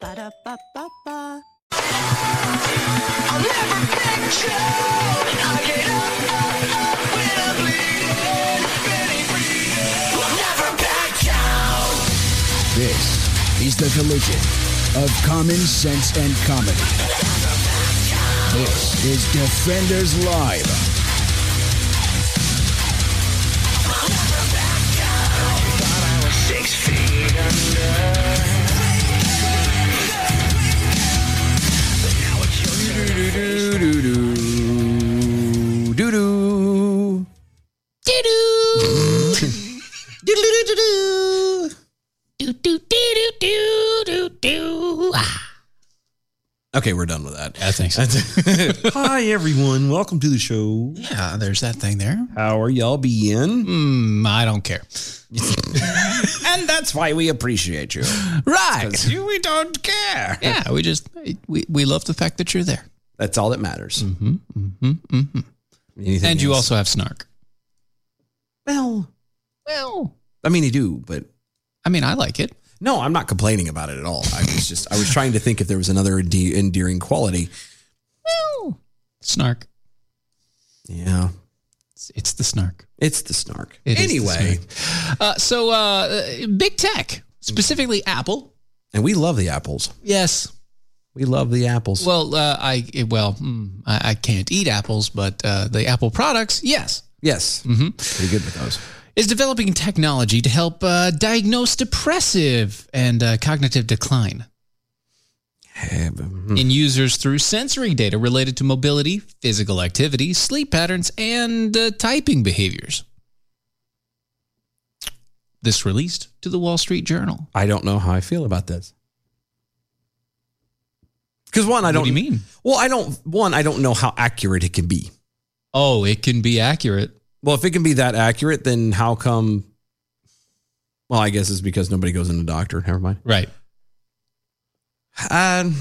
Ba-da-ba-ba-ba. This is the collision of common sense and comedy. This is Defenders Live. Doo doo. Okay, we're done with that. I think so. That's- Hi, everyone. Welcome to the show. yeah, there's that thing there. How are y'all being? Hmm, I don't care. And that's why we appreciate you. Right. you, we don't care. Yeah, we just we, we love the fact that you're there. That's all that matters. Mm-hmm, mm-hmm, mm-hmm. And you also have snark. Well, Well, I mean, you do, but I mean, I like it. no, I'm not complaining about it at all. I was just, I was trying to think if there was another ende- endearing quality. Well, snark. Yeah, It's, it's the snark. it's the snark. It is the anyway, Uh, so, uh, big tech, specifically Apple. and we love the apples. Yes. We love the apples. Well, uh, I well, mm, I, I can't eat apples, but uh, the Apple products, yes, yes, mm-hmm. pretty good with those. is developing technology to help uh, diagnose depressive and uh, cognitive decline Hey, but- in users through sensory data related to mobility, physical activity, sleep patterns, and uh, typing behaviors. This released to the Wall Street Journal. I don't know how I feel about this. Because one, I don't do you mean? Well, I don't. One, I don't know how accurate it can be. Oh, it can be accurate. Well, if it can be that accurate, then how come? Well, I guess it's because nobody goes in the doctor. Never mind. Right. Um,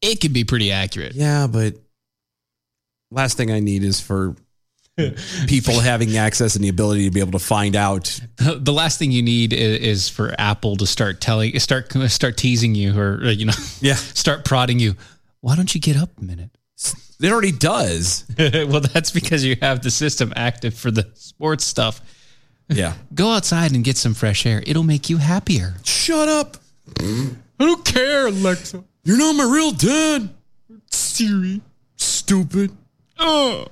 It can be pretty accurate. yeah, but last thing I need is for people having access and the ability to be able to find out. The last thing you need i- is for Apple to start telling, start start teasing you, or uh, you know, Yeah, start prodding you. Why don't you get up a minute? it already does. well, that's because you have the system active for the sports stuff. Yeah. Go outside and get some fresh air. It'll make you happier. Shut up. I don't care, Alexa. You're not my real dad. Siri. Stupid. Oh.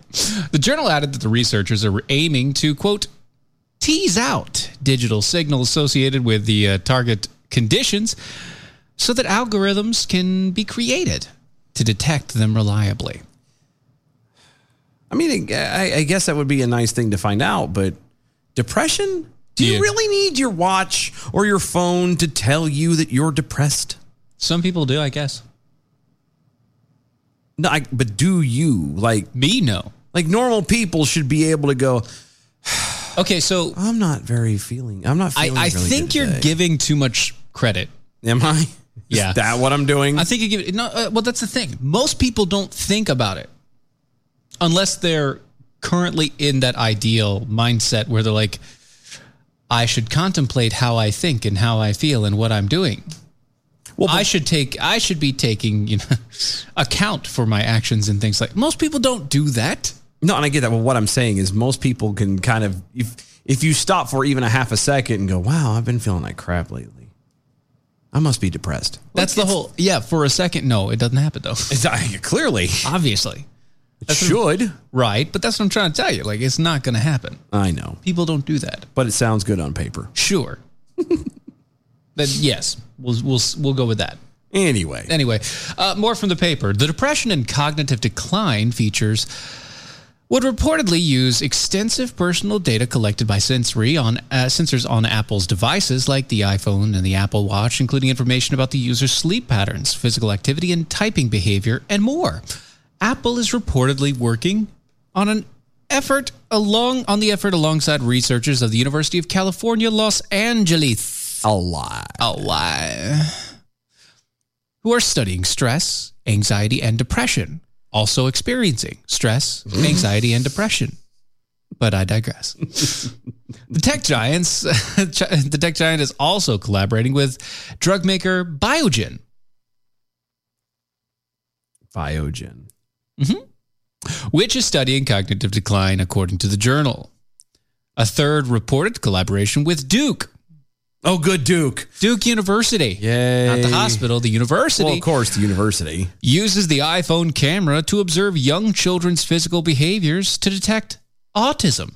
The journal added that the researchers are aiming to, quote, tease out digital signals associated with the uh, target conditions so that algorithms can be created to detect them reliably. I mean, I, I guess that would be a nice thing to find out, but depression? Do you Yeah. really need your watch or your phone to tell you that you're depressed? Some people do, I guess. No, I, but do you like Me, no. like normal people should be able to go? Okay, so I'm not very feeling. I'm not. I, Feeling I really think good you're today." giving too much credit. Am I? Is Yeah. that what I'm doing? I think you give it. No, uh, well, that's the thing. Most people don't think about it unless they're currently in that ideal mindset where they're like, I should contemplate how I think and how I feel and what I'm doing. well, but- I should take. I should be taking you know account for my actions and things like. Most people don't do that. no, and I get that. But what I'm saying is, most people can kind of if if you stop for even a half a second and go, "Wow, I've been feeling like crap lately." I must be depressed. That's the whole. Yeah, for a second, no, it doesn't happen though. It's, I, clearly, Obviously, it should. right? But that's what I'm trying to tell you. Like, it's not going to happen. I know, People don't do that. but it sounds good on paper. Sure. then yes, we'll we'll we'll go with that. Anyway, Anyway, uh, more from the paper. The depression and cognitive decline features would reportedly use extensive personal data collected by sensory on uh, sensors on Apple's devices like the iPhone and the Apple Watch, including information about the user's sleep patterns, physical activity, and typing behavior, and more. Apple is reportedly working on an effort along on the effort alongside researchers of the University of California, Los Angeles. a lot. Oh, why? Who are studying stress, anxiety, and depression, also experiencing stress, Mm-hmm. anxiety, and depression. But I digress. the tech giants, the tech giant is also collaborating with drug maker Biogen Biogen. which is studying cognitive decline, according to the journal. A third reported collaboration with Duke, Oh, good Duke. Duke University. Yay. Not the hospital, the university. Well, of course, the university. uses the iPhone camera to observe young children's physical behaviors to detect autism.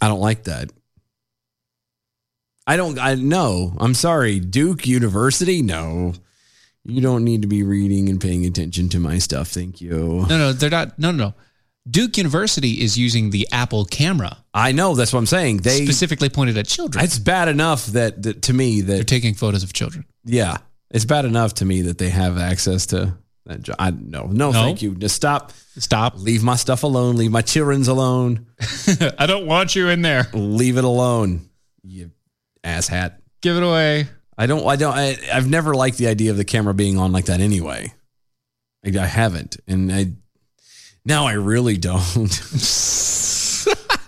I don't like that. I don't. I no. I'm sorry, Duke University. No, you don't need to be reading and paying attention to my stuff. Thank you. No, no, they're not. No, no, no. Duke University is using the Apple camera I know that's what I'm saying. They. specifically pointed at children. It's bad enough that, that to me they're that taking photos of children. yeah, it's bad enough to me that they have access to that. Jo- I no, No? no, thank you. Just stop. Stop. Leave my stuff alone. Leave my children's alone. I don't want you in there. Leave it alone. You asshat. Give it away. I don't. I don't. I, I've never liked the idea of the camera being on like that. Anyway, I, I haven't, and I now I really don't.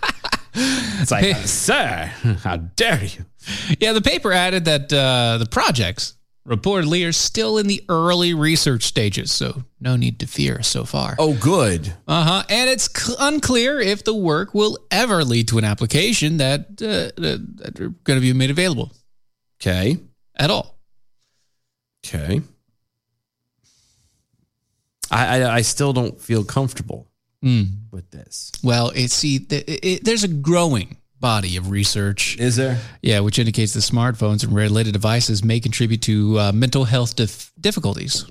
it's like, sir, how dare you? Yeah, the paper added that uh, the projects reportedly are still in the early research stages, so no need to fear so far. Oh, good. Uh huh. And it's cl- unclear if the work will ever lead to an application that uh, uh, that are going to be made available Okay. at all. Okay. I, I I still don't feel comfortable with this. Well, it see th- it, it, there's a growing body of research, Is there? yeah, which indicates that smartphones and related devices may contribute to uh, mental health dif- difficulties.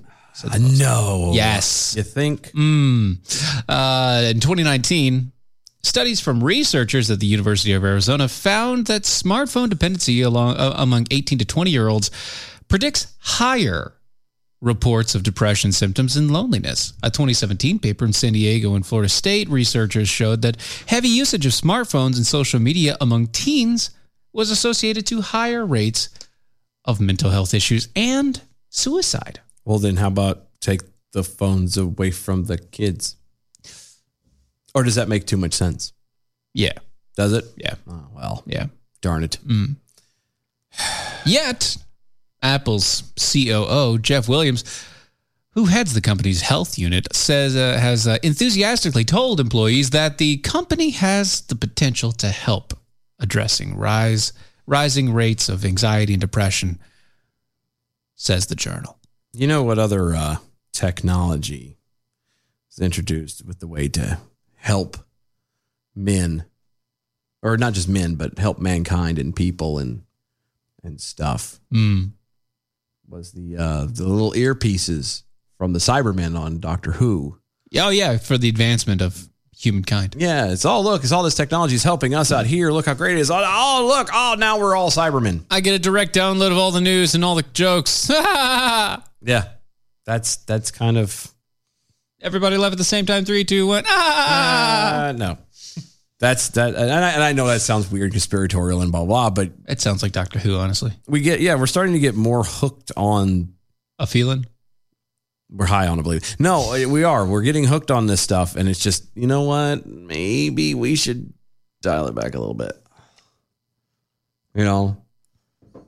Uh, no. Yes. You think? Hmm. Uh, in 2019, studies from researchers at the University of Arizona found that smartphone dependency along, uh, among 18 to 20 year olds predicts higher reports of depression symptoms and loneliness. A 2017 paper in San Diego and Florida State researchers showed that heavy usage of smartphones and social media among teens was associated to higher rates of mental health issues and suicide. Well, then how about take the phones away from the kids? Or does that make too much sense? Yeah. Does it? Yeah. Oh, well, Yeah. darn it. Yet, Apple's COO, Jeff Williams, who heads the company's health unit, says uh, has uh, enthusiastically told employees that the company has the potential to help addressing rise rising rates of anxiety and depression, says the journal. You know what other uh, technology is introduced with the way to help men, or not just men, but help mankind and people and and stuff? Mm. Was the uh, the little earpieces from the Cybermen on Doctor Who? Oh yeah, for the advancement of humankind. Yeah, it's all look, it's all this technology is helping us out here. Look how great it is. Oh, oh look, oh now we're all Cybermen. I get a direct download of all the news and all the jokes. Yeah, that's that's kind of Everybody laugh at the same time. Three, two, one. Ah! uh, no. That's that, and I, and I know that sounds weird, conspiratorial, and blah blah. But It sounds like Doctor Who, honestly. we get, yeah, we're starting to get more hooked on. A feeling. We're high on, I believe. No, eh, we are. We're getting hooked on this stuff, and it's just, you know what? Maybe we should dial it back a little bit. You know,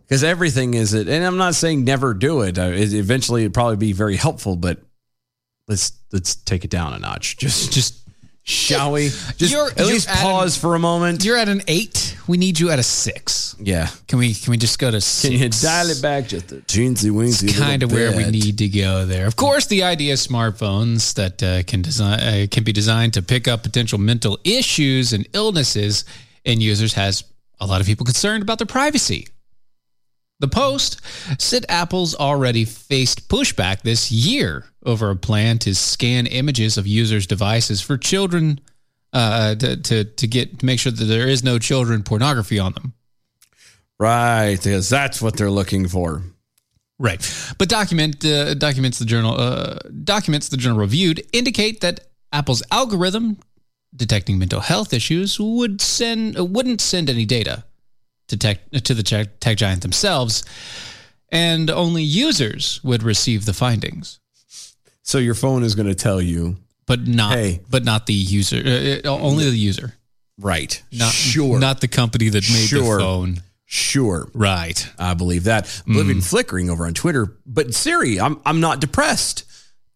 because everything is it, and I'm not saying never do it. Uh, it eventually, it'd probably be very helpful, but let's let's take it down a notch. Just just Shall we just You're- at you least added- pause for a moment? You're at an eight. We need you at a six. yeah. Can we can we just go to six? Can you dial it back just a teensy weensy? kind of where we bit? need to go there. Of course, the idea is smartphones that uh, can design uh, can be designed to pick up potential mental issues and illnesses in users has a lot of people concerned about their privacy. The post said Apple's already faced pushback this year over a plan to scan images of users' devices for children uh, to, to to get to make sure that there is no children pornography on them. Right, because that's what they're looking for. Right, but document uh, documents the journal uh, documents the journal reviewed indicate that Apple's algorithm detecting mental health issues would send uh, wouldn't send any data to tech to the tech, tech giant themselves, and only users would receive the findings, So your phone is going to tell you, but not Hey. but not the user uh, uh, only the user, right? not sure, not the company that made Sure. the phone. sure. Right, Mm. I believe that. Living flickering over on Twitter, but Siri, I'm I'm not depressed.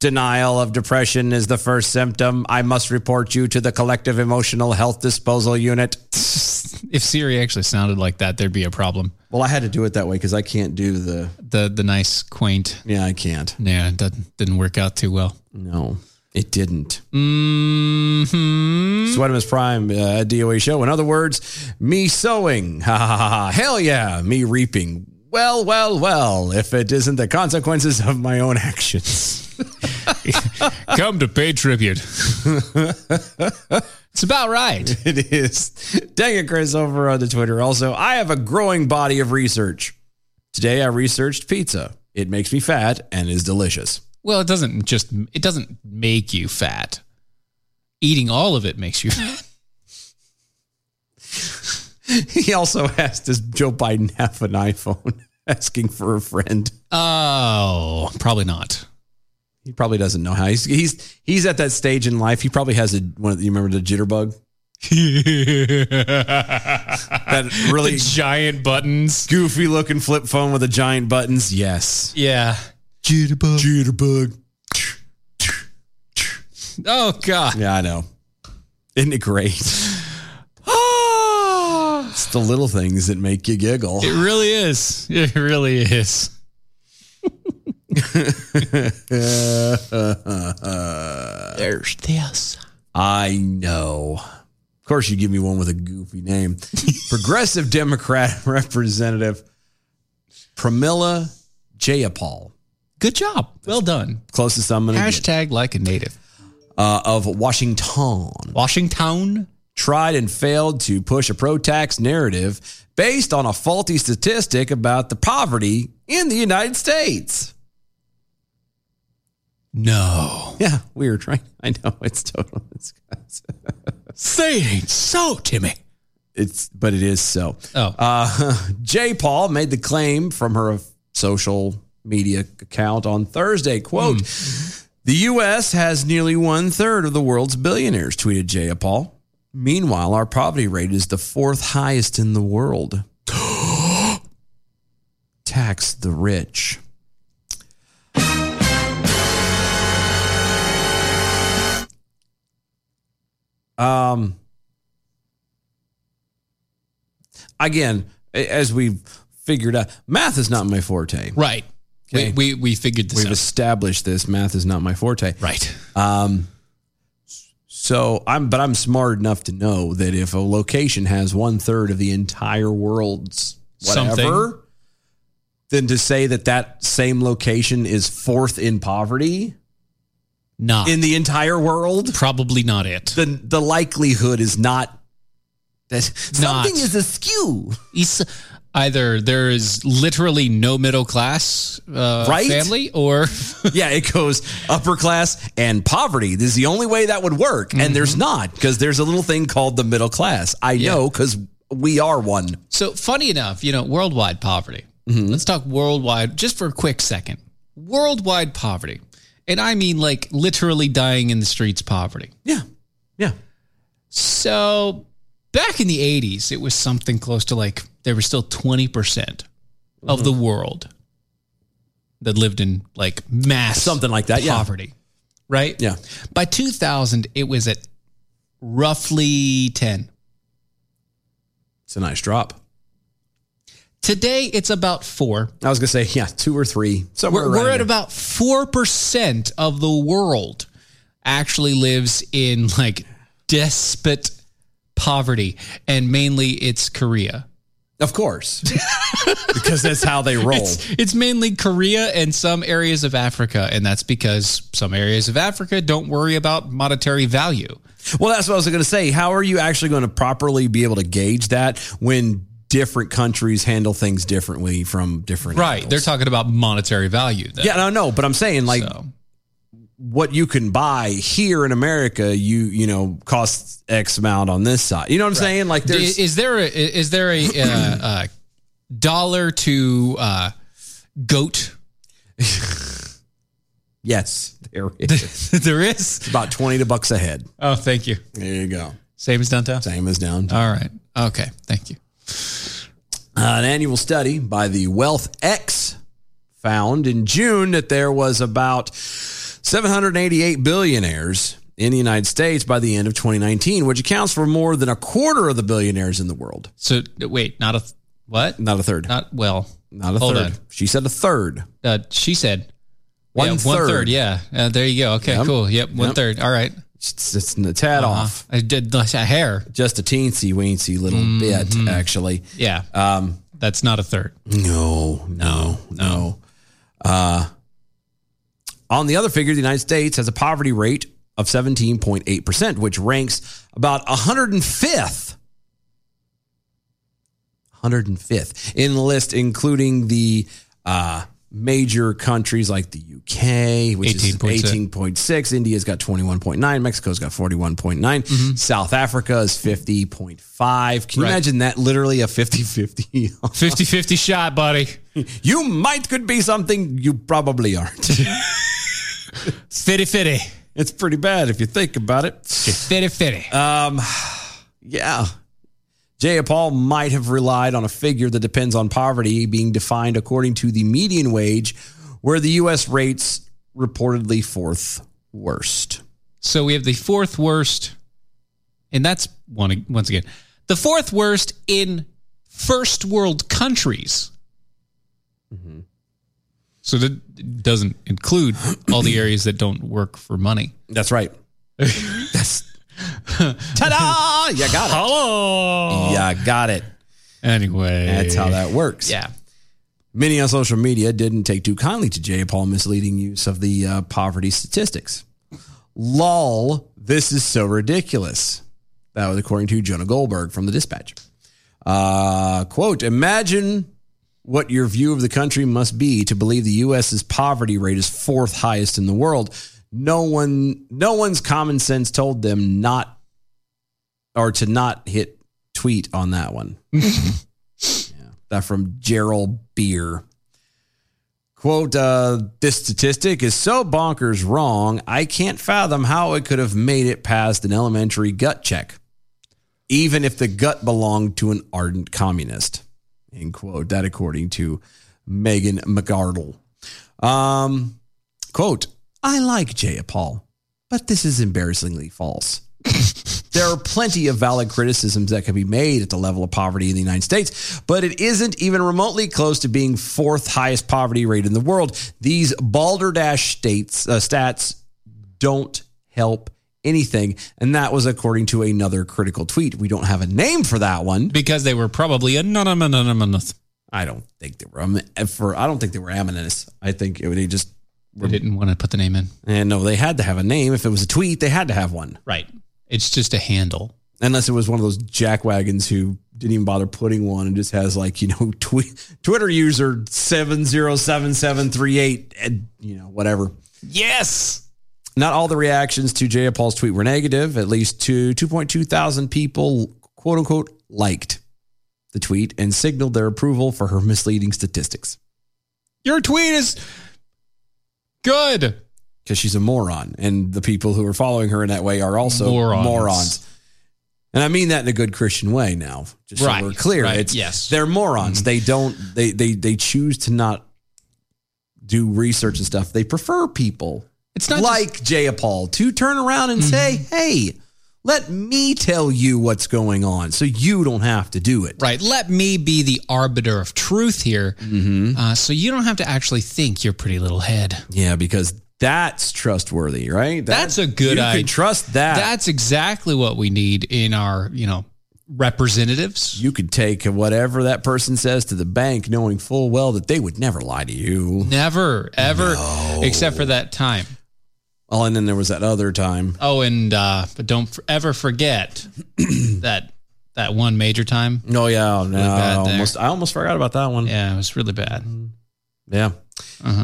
Denial of depression is the first symptom. I must report you to the collective emotional health disposal unit. if Siri actually sounded like that, there'd be a problem. Well, I had to do it that way because I can't do the. The the nice quaint Yeah, I can't. Yeah, it doesn't, didn't work out too well. No, it didn't. hmm Sweatimus Prime uh, DOA show. In other words, me sowing. Ha ha ha ha. Hell yeah, me reaping. Well, well, well, if it isn't the consequences of my own actions. Come to pay tribute. it's about right. it is. Dang it, Chris, over on the Twitter. Also, I have a growing body of research. Today I researched pizza. It makes me fat and is delicious. Well, it doesn't just it doesn't make you fat. Eating all of it makes you fat. He also asked, does Joe Biden have an iPhone? Asking for a friend. Oh, probably not. He probably doesn't know how he's he's he's at that stage in life. He probably has a one. Of, you remember the jitterbug? that really- giant buttons. goofy looking flip phone with the giant buttons. Yes. Yeah. Jitterbug. Jitterbug. Oh god. Yeah, I know. Isn't it great? it's Ah! the little things that make you giggle. It really is. It really is. There's this. I know. Of course, you give me one with a goofy name. Progressive Democrat Representative Pramila Jayapal. Good job. Well done. Closest I'm going to get. Hashtag like a native. Uh, of Washington. Washington. tried and failed to push a pro tax narrative based on a faulty statistic about the poverty in the United States. No. Yeah, weird, right? I know it's total. It's, Say it ain't so, Timmy. it's but it is so. Oh. Uh, Jay Paul made the claim from her social media account on Thursday. Quote, the U.S. has nearly one third of the world's billionaires, tweeted Jay Paul. Meanwhile, our poverty rate is the fourth highest in the world. Tax the rich. Um, again, a- as we've figured out, math is not my forte. Right. Okay. We, we we figured this We've out. established this. Math is not my forte. right. Um, so I'm, but I'm smart enough to know that if a location has one third of the entire world's whatever, Something. then to say that that same location is fourth in poverty Not in the entire world, probably not it. the the likelihood is not that Not. something is askew. It's either there is literally no middle class uh, Right? family, or yeah, it goes upper class and poverty. This is the only way that would work, and Mm-hmm. there's not because there's a little thing called the middle class. I know because we are one. so. Funny enough, you know, worldwide poverty. Let's talk worldwide just for a quick second. Worldwide poverty, and I mean like literally dying in the streets poverty. Yeah, yeah. So back in the 80s, it was something close to like there was still 20% percent of the world that lived in like mass Something like that, yeah. poverty, right? Yeah. By 2000, it was at roughly 10. It's a nice drop. Today, it's about four. I was gonna say, yeah, two or three. Somewhere We're, around we're at there. about 4% of the world actually lives in like despot poverty, and mainly it's Korea. of course, because that's how they roll. It's mainly Korea and some areas of Africa, and that's because some areas of Africa don't worry about monetary value. Well, that's what I was gonna say. How are you actually going to properly be able to gauge that when different countries handle things differently from different Right. They're angles? talking about monetary value. Then. yeah, no, no, but I'm saying like So, what you can buy here in America, you you know, costs X amount on this side. You know what I'm saying? Like there's is there a, is there a uh, uh, dollar to uh, goat? yes, there is there is. about twenty to bucks a head. Oh, thank you. There you go. Same as downtown. Same as down. All right. Okay. Thank you. Uh, An annual study by the Wealth X found in June that there was about 788 billionaires in the United States by the end of 2019, which accounts for more than a quarter of the billionaires in the world. So wait, not a th- what? Not a third. Not, Not well. a hold on. third. She said a third. Uh, she said One yeah, One third. Yeah. Uh, there you go. Okay. Yep. Cool. Yep. One Yep. third. All right. It's, it's a tad Uh, off. I did a hair. Just a teensy weensy little Mm-hmm. bit, actually. Yeah. Um, That's not a third. No, no, no. Uh, on the other figure, the United States has a poverty rate of 17.8%, which ranks about 105th. 105th in the list, including the uh, major countries like the UK, which is 18.6. 18.6. India's got 21.9. Mexico's got 41.9. South Africa is 50.5. Can you Right. imagine that? Literally a 50 50 50 50 shot, buddy. you might could be something you probably aren't. Fitty fitty. it's pretty bad if you think about it. Fitty fitty. Yeah. Jay Paul might have relied on a figure that depends on poverty being defined according to the median wage, where the U.S. rates reportedly fourth worst. so we have the fourth worst, and that's one once again the fourth worst in first world countries. Mm-hmm. So that doesn't include all the areas that don't work for money. That's right. Ta-da! You got it. Hello. Yeah, got it. Anyway, That's how that works. Yeah. Many on social media didn't take too kindly to Jay Paul misleading use of the uh, poverty statistics. Lol, this is so ridiculous. That was according to Jonah Goldberg from the Dispatch. Uh, quote, imagine what your view of the country must be to believe the U.S.'s poverty rate is fourth highest in the world. No one, no one's common sense told them not or to not hit tweet on that one. That from Gerald Beer. Quote, uh, this statistic is so bonkers wrong, I can't fathom how it could have made it past an elementary gut check, even if the gut belonged to an ardent communist. End quote. That according to Megan McArdle. Um, quote, I like Jay Paul, but this is embarrassingly false. There are plenty of valid criticisms that can be made at the level of poverty in the United States, but it isn't even remotely close to being fourth highest poverty rate in the world. These balderdash states uh, stats don't help anything, and that was according to another critical tweet. We don't have a name for that one. Because they were probably anonymous. I don't think they were um, for. I don't think they were amicus. I think it, they just Mm-hmm. We didn't want to put the name in. and no, they had to have a name. If it was a tweet, they had to have one. Right. It's just a handle. unless it was one of those jackwagons who didn't even bother putting one and just has like you know tw- Twitter user seven zero seven seven three eight and you know whatever. Yes. Not all the reactions to Jay Paul's tweet were negative. At least two two point two thousand people quote unquote liked the tweet and signaled their approval for her misleading statistics Your tweet is good. because she's a moron and the people who are following her in that way are also Morons. morons. And I mean that in a good Christian way now, just Right, so we're clear. right, It's yes. Mm-hmm. they're morons. They don't they they they choose to not do research and stuff. They prefer people It's not Mm-hmm. like Jay Paul to turn around and say, "Hey, Let me tell you what's going on so you don't have to do it. Right. Let me be the arbiter of truth here. Mm-hmm. Uh, so you don't have to actually think your pretty little head. Yeah, because that's trustworthy, right? That- That's a good you idea. Can trust that. That's exactly what we need in our, you know, representatives. you could take whatever that person says to the bank, knowing full well that they would never lie to you. Never, ever, except for that time. Oh, and then there was that other time. Oh, and uh, but don't f- ever forget that that one major time. Oh yeah, oh, no, I bad there. almost I almost forgot about that one. Yeah. Yeah, Uh-huh. it was really bad.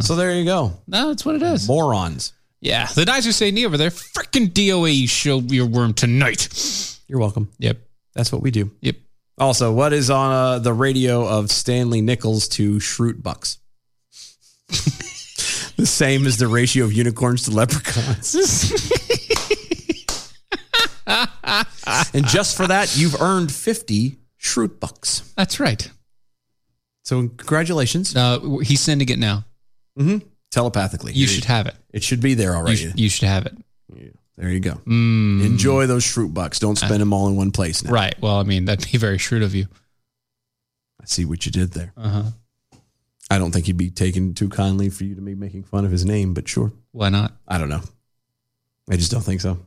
So there you go, No, that's what it is. morons. Yeah, the Knights are saying over there. Freaking DOE show your worm tonight. You're welcome. Yep, That's what we do. yep. Also, what is on uh, the radio of Stanley Nichols to Shroot Bucks? the same as the ratio of unicorns to leprechauns. and just for that, you've earned 50 Shroot Bucks. That's right. So, congratulations. No, Uh, he's sending it now. Mm-hmm. Telepathically. You should have it. It should be there You, already. sh- you should have it. there you go. Enjoy those Shroot Bucks. Don't spend them all in one place now. Right. Well, I mean, that'd be very shrewd of you. I see what you did there. Uh huh. I don't think he'd be taken too kindly for you to be making fun of his name, but sure. Why not? I don't know. I just don't think so.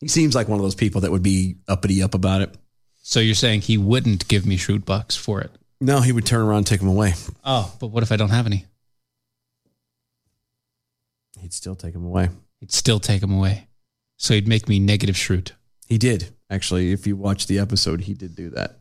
He seems like one of those people that would be uppity up about it. So you're saying he wouldn't give me shrewd bucks for it? No, he would turn around and take him away. Oh, but what if I don't have any? He'd still take him away. He'd still take them away. So he'd make me negative shrewd. He did, actually. If you watch the episode, he did do that.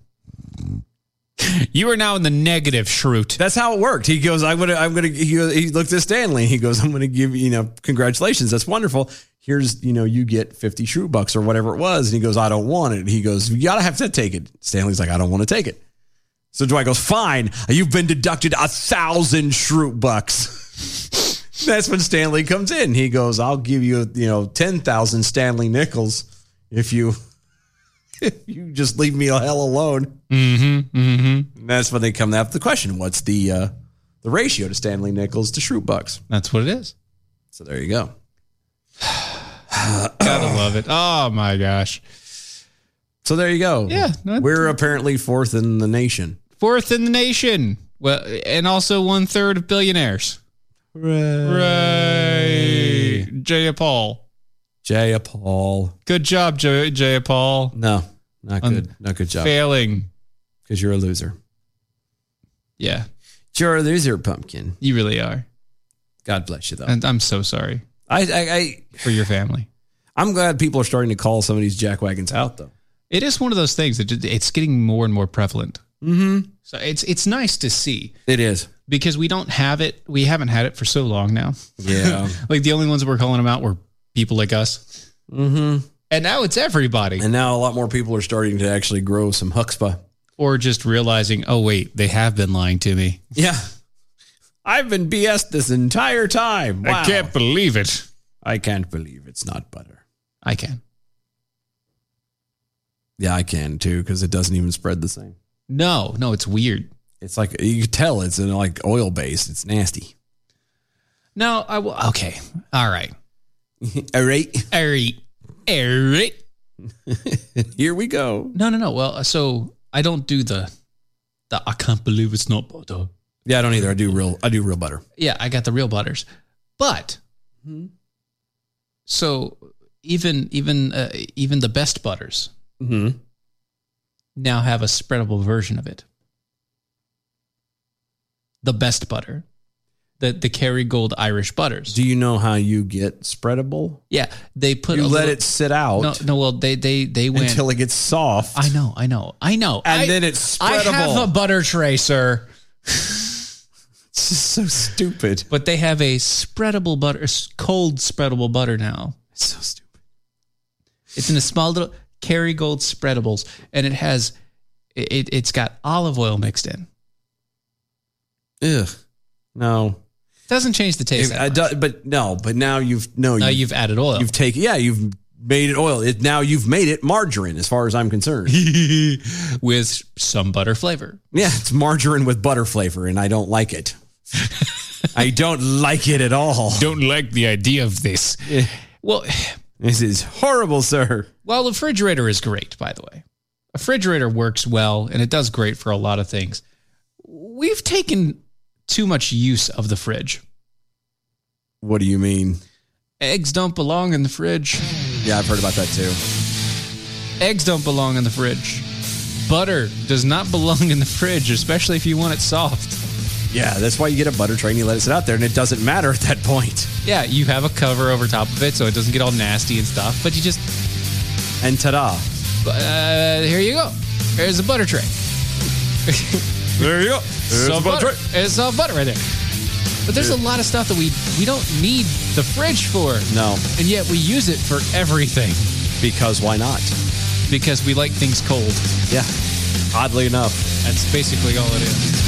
You are now in the negative shrewd. That's how it worked. He goes, I'm gonna, I'm gonna. He, goes, he looked at Stanley. He goes, I'm gonna give you, you know, congratulations. That's wonderful. Here's, you know, you get 50 shrew bucks or whatever it was. And he goes, I don't want it. He goes, you gotta have to take it. Stanley's like, I don't want to take it. So Dwight goes, fine. You've been deducted a thousand shrew bucks. That's when Stanley comes in. He goes, I'll give you, you know, 10,000 Stanley nickels if you, if you just leave me the hell alone. And that's when they come after the question: What's the uh, the ratio to Stanley Nichols to Shrew Bucks? That's what it is. So there you go. Gotta love it. Oh my gosh. So there you go. Yeah, no, we're apparently fourth in the nation. Fourth in the nation. Well, and also one third of billionaires. Hooray. Jaya Paul. Jaya Paul. Good job, Jay Jaya Paul. No, not Un- good. Not good job. Failing. Because you're a loser. Yeah, You're a loser, pumpkin. you really are. God bless you, though. And I'm so sorry I, I, I, for your family. I'm glad people are starting to call some of these jackwagons out, though. It is one of those things that it's getting more and more prevalent. Mm-hmm. So it's it's nice to see It is. because we don't have it. We haven't had it for so long now. Yeah. Like the only ones that were calling them out were people like us, mm-hmm. and now it's everybody. And now a lot more people are starting to actually grow some huxpah. Or just realizing, oh wait, they have been lying to me. Yeah. I've been BS this entire time. Wow. believe it. I can't believe it's not butter. I can. Yeah, I can too because it doesn't even spread the same. No, no, it's weird. It's like you could tell it's in like oil based. It's nasty. No, I will. Okay, all right, All right, all right, all right. here we go. No, no, no. Well, uh, so I don't do the the I can't believe it's not butter. Yeah, I don't either. I do real. I do real butter. Yeah, I got the real butters, but Hmm. so even even uh, even the best butters Mm-hmm. now have a spreadable version of it. The best butter, the the Kerrygold Irish butters. Do you know how you get spreadable? yeah, they put You a let little- it sit out No, no. Well, they they they went. until it gets soft. I know, I know, I know. And I- then it's I spreadable. have a butter tray, sir. It's just so stupid. But they have a spreadable butter, s- cold spreadable butter now. It's so stupid. It's in a small little Kerrygold spreadables, and it has, it, it's got olive oil mixed in. Ugh. No. Doesn't change the taste. that I much. do- but no. But now you've no. now you've- you've added oil. You've taken, yeah, you've made it oil. It, now you've made it margarine, as far as I'm concerned. with some butter flavor. yeah, it's margarine with butter flavor, and I don't like it. I don't like it at all. Don't like the idea of this. Well, This is horrible, sir. Well, the refrigerator is great, by the way. A refrigerator works well and it does great for a lot of things. We've taken too much use of the fridge. What do you mean? Eggs don't belong in the fridge. Yeah, I've heard about that too. Eggs don't belong in the fridge. Butter does not belong in the fridge, especially if you want it soft. Yeah, that's why you get a butter tray and you let it sit out there, and it doesn't matter at that point. Yeah, you have a cover over top of it so it doesn't get all nasty and stuff, but you just, And ta-da! uh, here you go. Here's a butter tray. There you go. soft butter. It's soft butter right there. But there's a lot of stuff that we we don't need the fridge for. No, And yet we use it for everything because why not? because we like things cold. Yeah. Oddly enough, That's basically all it is.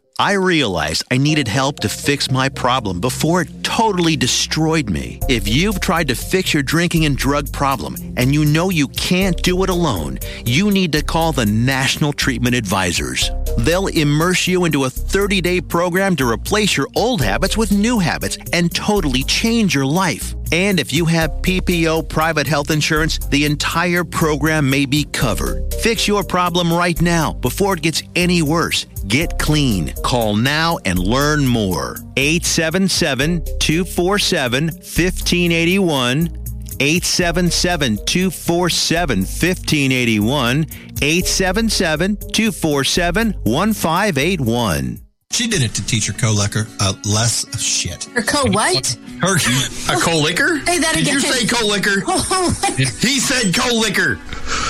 I realized I needed help to fix my problem before it totally destroyed me. If you've tried to fix your drinking and drug problem and you know you can't do it alone, you need to call the National Treatment Advisors. They'll immerse you into a 30 day program to replace your old habits with new habits and totally change your life. And if you have PPO private health insurance, the entire program may be covered. Fix your problem right now before it gets any worse. Get clean. Call now and learn more. 877 247 1581. 877 247 1581. 877 247 1581. She did it to teach her co-licker uh, less shit. Her co what? Her Oh a co-licker? Say that Did again. you say co-licker? Oh, He said co-licker.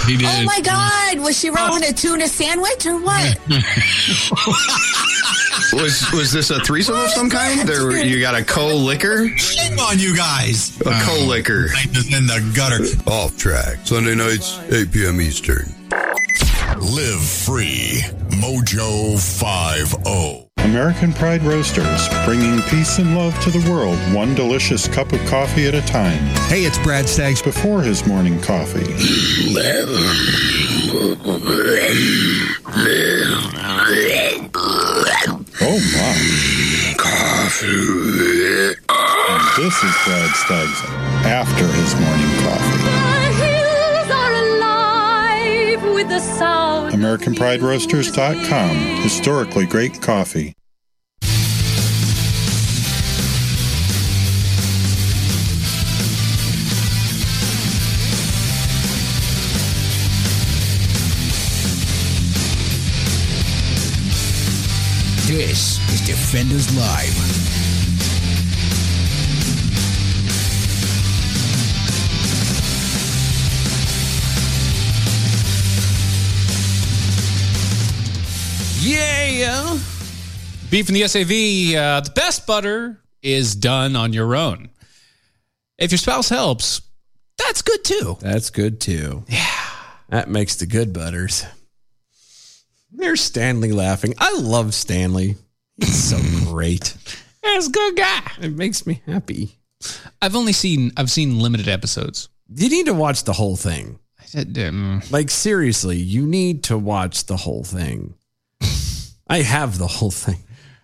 He did. my God. Was she rolling a tuna sandwich or what? Was was this a threesome of some kind? There, were- you got a co-liquor, Shame on you guys. a co-liquor. Night is in the gutter. Off track. Sunday nights, 8 p.m. Eastern. Live free. Mojo 50. American Pride Roasters, bringing peace and love to the world, one delicious cup of coffee at a time. Hey, it's Brad Staggs before his morning coffee. Oh my. Coffee. This is Brad Staggs after his morning coffee. AmericanPrideRoasters.com. Historically great coffee. This is Defenders Live. Yeah. Beef in the SAV, uh, the best butter is done on your own. If your spouse helps, that's good too. that's good too. Yeah. That makes the good butters. There's Stanley laughing. I love Stanley. He's so great. That's a good guy. It makes me happy. I've only seen I've seen limited episodes. You need to watch the whole thing. I said, um, Like seriously, you need to watch the whole thing. I have the whole thing.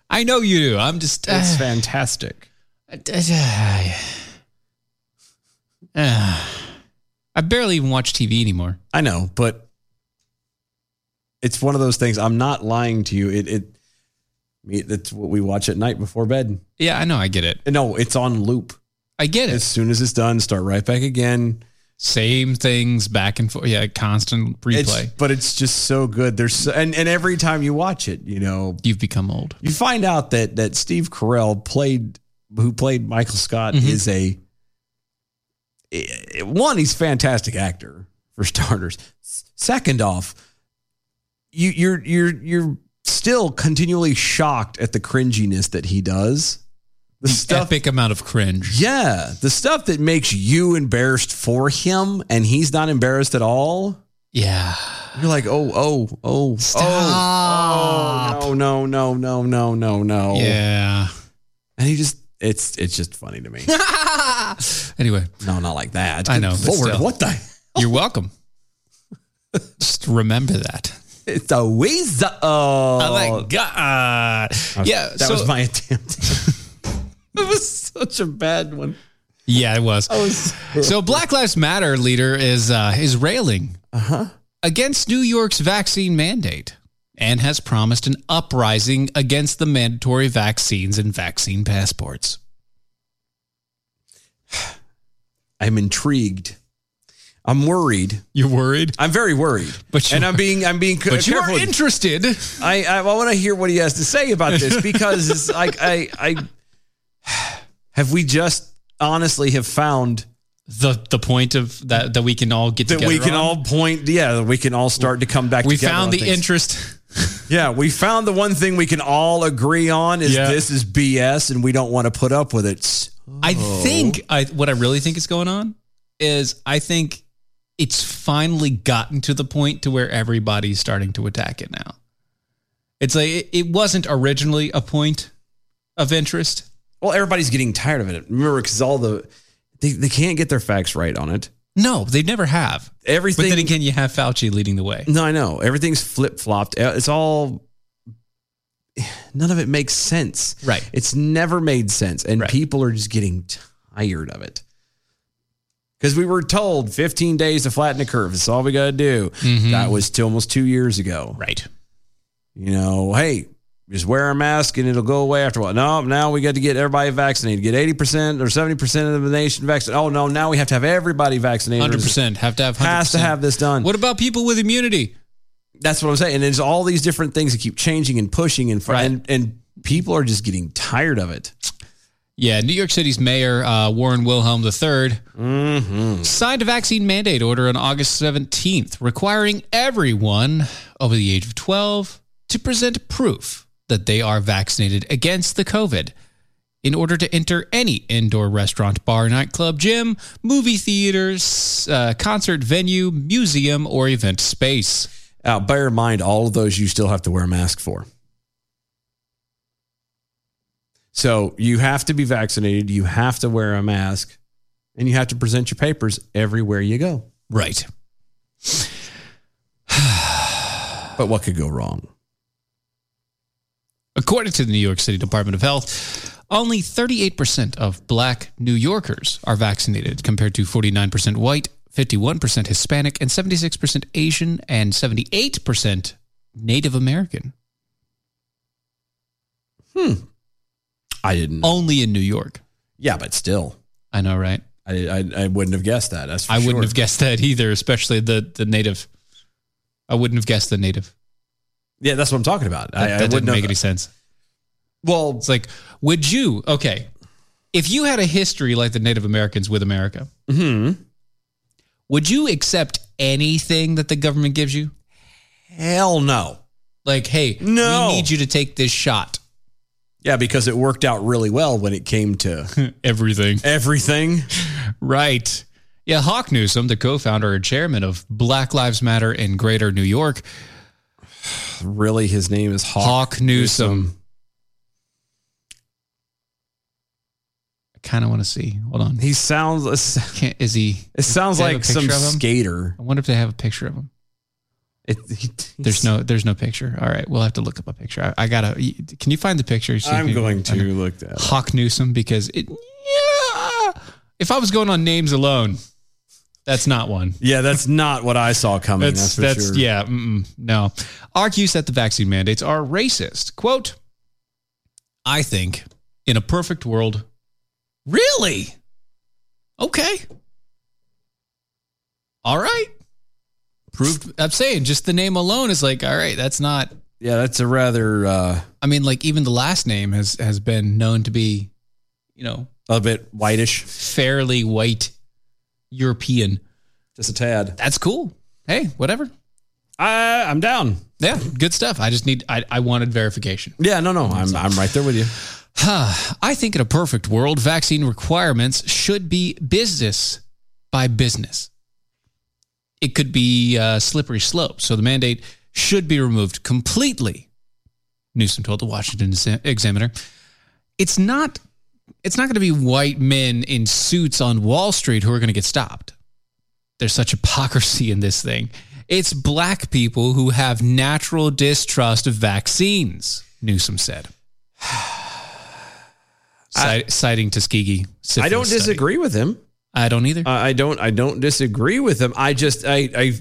I know you do. I'm just It's uh, fantastic. uh, I barely even watch TV anymore. I know, but it's one of those things. I'm not lying to you. It it it- it's what we watch at night before bed. Yeah, I know. I get it. And No, it's on loop. I get it. As soon as it's done, start right back again. Same things back and forth. Yeah, constant It's- replay. but it's just so good. There's so, and and every time you watch it, you know, You've become old. you find out that that Steve Carell played who played Michael Scott Mhm. is a eh, one he's a fantastic actor for starters. S- Second off, you you're you're you're still continually shocked at the cringiness that he does. the stuff, epic amount of cringe. Yeah, the stuff that makes you embarrassed for him, and he's not embarrassed at all. Yeah, you're like, oh, oh, oh, oh, oh, no, no, no, no, no, no. Yeah, and he just, it's, it's just funny to me. anyway, no, not like that. I know. but Lord, still. what the? You're welcome. Just remember that. It's a ways. Oh, Oh my god! yeah, that was my attempt. it was such a bad one. Yeah, it was. I was- so Black Lives Matter leader is uh, is railing Uh-huh. against New York's vaccine mandate and has promised an uprising against the mandatory vaccines and vaccine passports. I'm intrigued. I'm worried. You're worried. I'm very worried. But you and I'm being I'm being But you are careful. interested. I I, I want to hear what he has to say about this because it's like I I have we just honestly have found The the point of that that we can all get that together. we can on. all point yeah that we can all start to come back. we together found on the things. interest. Yeah, we found the one thing we can all agree on is Yeah. this is BS and we don't want to put up with it. I Oh. think I what I really think is going on is I think it's finally gotten to the point to where everybody's starting to attack it now. It's like it, it wasn't originally a point of interest. Well, everybody's getting tired of it. Remember, because all the they, they can't get their facts right on it. No, they never have. Everything. But then again, you have Fauci leading the way. No, I know. Everything's flip flopped. It's all. None of it makes sense. Right. It's never made sense. And Right. people are just getting tired of it. Because we were told 15 days to flatten the curve. That's all we got to do. Mhm. That was t- almost two years ago. Right. You know, hey, just wear a mask and it'll go away after a while. No, now we got to get everybody vaccinated. Get 80% or 70% of the nation vaccinated. Oh, no, now we have to have everybody vaccinated. 100% have to have 100%. Has to have this done. What about people with immunity? That's what I'm saying. And there's all these different things that keep changing and pushing and Right. and, and people are just getting tired of it. Yeah, New York City's mayor uh, Warren Wilhelm III signed a vaccine mandate order on August 17th, requiring everyone over the age of 12 to present proof that they are vaccinated against the COVID in order to enter any indoor restaurant, bar, nightclub, gym, movie theaters, uh, concert venue, museum, or event space. Now, bear in mind, all of those you still have to wear a mask for. So you have to be vaccinated, you have to wear a mask, and you have to present your papers everywhere you go. Right. But what could go wrong? According to the New York City Department of Health, only 38% of black New Yorkers are vaccinated, compared to 49% white, 51% Hispanic, and 76% Asian, and 78% Native American, I didn't. only in New York. Yeah, but still, I know, right? I, I, I wouldn't have guessed that. That's for I sure. wouldn't have guessed that either, especially the, the Native. I wouldn't have guessed the Native. Yeah, that's what I'm talking about. That, I, I that wouldn't didn't make have- any sense. Well, It's like, would you, okay, if you had a history like the Native Americans with America, hmm. would you accept anything that the government gives you? hell no. Like, hey, No. we need you to take this shot. Yeah, because it worked out really well when it came to Everything. everything. Right. Yeah, Hawk Newsom, the co founder and chairman of Black Lives Matter in Greater New York. Really, his name is Hawk, Hawk Newsom. I kind of want to see. Hold on. He sounds. Can't, is he? It sounds Do they have like a some picture of him? skater. I wonder if they have a picture of him. It, he- There's no, there's no picture. All right, we'll have to look up a picture. I, I gotta. Can you find the picture? See if I'm you can going to uh, find it. look that. Up. Hawk Newsom because it. Yeah. If I was going on names alone, that's not one. Yeah, that's not what I saw coming. That's That's, for that's sure. yeah. Mm-mm, no, argues that the vaccine mandates are racist. Quote: I think in a perfect world, really, okay, all right. Proved. I'm saying just the name alone is like all right. That's not. yeah. That's a rather uh, I mean, like even the last name has has been known to be, you know, a bit whitish, fairly white, European. just a tad. That's cool. Hey, whatever. I, I'm down. Yeah, good stuff. I just need. I I wanted verification. Yeah, no, no, I'm I'm right there with you. Huh. I think in a perfect world, vaccine requirements should be business by business. It could be a slippery slope, so the mandate should be removed completely. Newsom told the Washington Exa- Examiner, "It's not. It's not going to be white men in suits on Wall Street who are going to get stopped. There's such hypocrisy in this thing. It's black people who have natural distrust of vaccines." Newsom said. Cite, citing Tuskegee. syphilis I don't study. disagree with him. I don't either. I don't. I don't disagree with him. I just. I. I.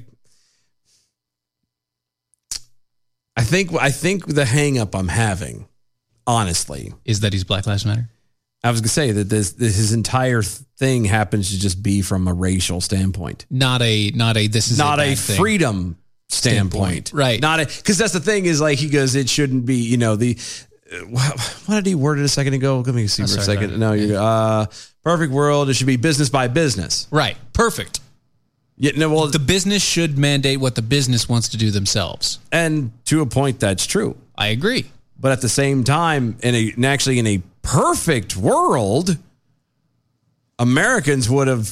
I think. I think the hang up I'm having, honestly, is that he's Black Lives Matter. I was gonna say that this, this his entire thing happens to just be from a racial standpoint, Not a not a this is not a, bad thing. freedom standpoint, Right. Not a because that's the thing is like he goes, it shouldn't be. You know the. uh, What, what did he word it a second ago? Let me see I'm for a sorry, second. No, you uh, perfect world. It should be business by business. Right. Perfect. Yeah, no, well, the business should mandate what the business wants to do themselves. And to a point, that's true. I agree. But at the same time, in a and actually in a perfect world, Americans would have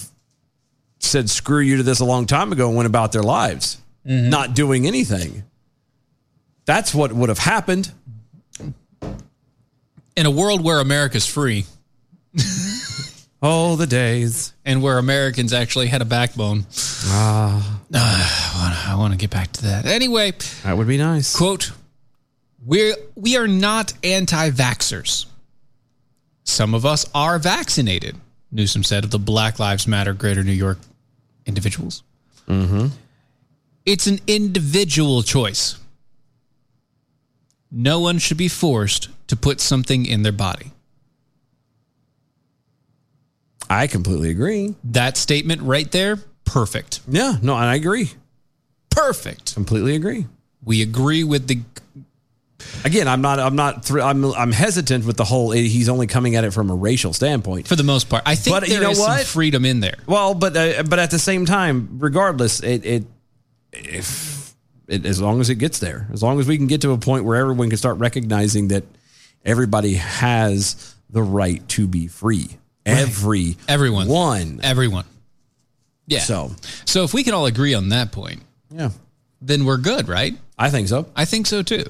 said "screw you" to this a long time ago and went about their lives, not doing anything. That's what would have happened. In a world where America's free. Oh, the days. And where Americans actually had a backbone. Ah, I want to get back to that. Anyway, that would be nice. Quote We're we are not anti vaxxers. Some of us are vaccinated, Newsom said of the Black Lives Matter Greater New York individuals. Mm-hmm. It's an individual choice. No one should be forced to put something in their body. I completely agree. That statement right there, perfect. Yeah, no, and I agree. Perfect. Completely agree. We agree with the. Again, I'm not. I'm not. Thr- I'm. I'm hesitant with the whole. eh, He's only coming at it from a racial standpoint. For the most part, I think But there is you know what? some freedom in there. Well, but uh, but at the same time, regardless, it it if it as long as it gets there, as long as we can get to a point where everyone can start recognizing that everybody has the right to be free. Every Everyone. one. Everyone. Yeah. So So if we can all agree on that point, yeah, then we're good, right? I think so. I think so too.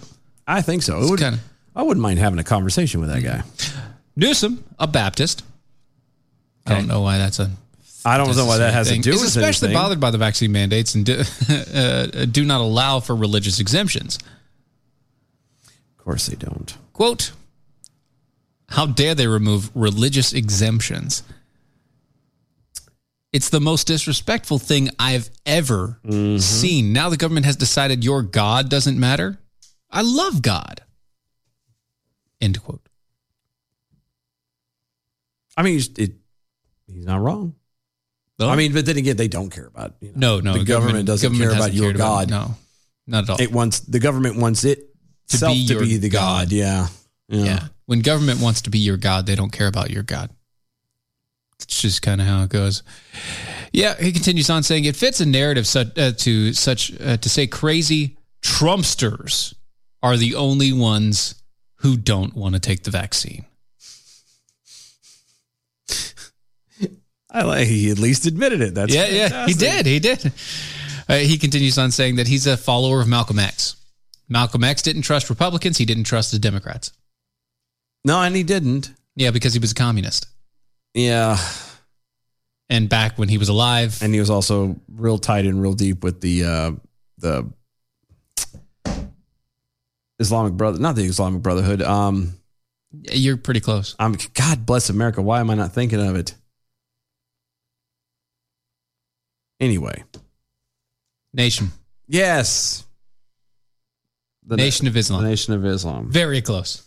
I think so. It would, I wouldn't mind having a conversation with that guy. Newsom, a Baptist. I don't know why that's a. I don't that's know the why that same has thing. to do Is with especially anything. bothered by the vaccine mandates and do, uh, do not allow for religious exemptions. Of course they don't. Quote: How dare they remove religious exemptions? It's the most disrespectful thing I've ever Mm-hmm. seen. Now the government has decided your God doesn't matter. I love God. End quote. I mean, he's, it, he's not wrong. No. I mean, but then again, they don't care about you No, no. the government, doesn't government care about hasn't your cared god. no, not at all. It wants the government wants it To self be to your be the god. god. Yeah. yeah, Um, When government wants to be your god, they don't care about your god. It's just kind of how it goes. Yeah, he continues on saying it fits a narrative such, uh, to such uh, to say crazy Trumpsters are the only ones who don't want to take the vaccine. I like. He at least admitted it. That's yeah, yeah, he fantastic. did, he did. Uh, he continues on saying that he's a follower of Malcolm X. Malcolm X didn't trust Republicans. He didn't trust the Democrats. No, and he didn't. Yeah, because he was a communist. Yeah, And back when he was alive, and he was also real tight and real deep with the uh, the Islamic brother, not the Islamic Brotherhood. Um, you're pretty close. I'm God bless America. Why am I not thinking of it? Anyway, Nation. yes, the Nation of Islam. the Nation of Islam. Very close.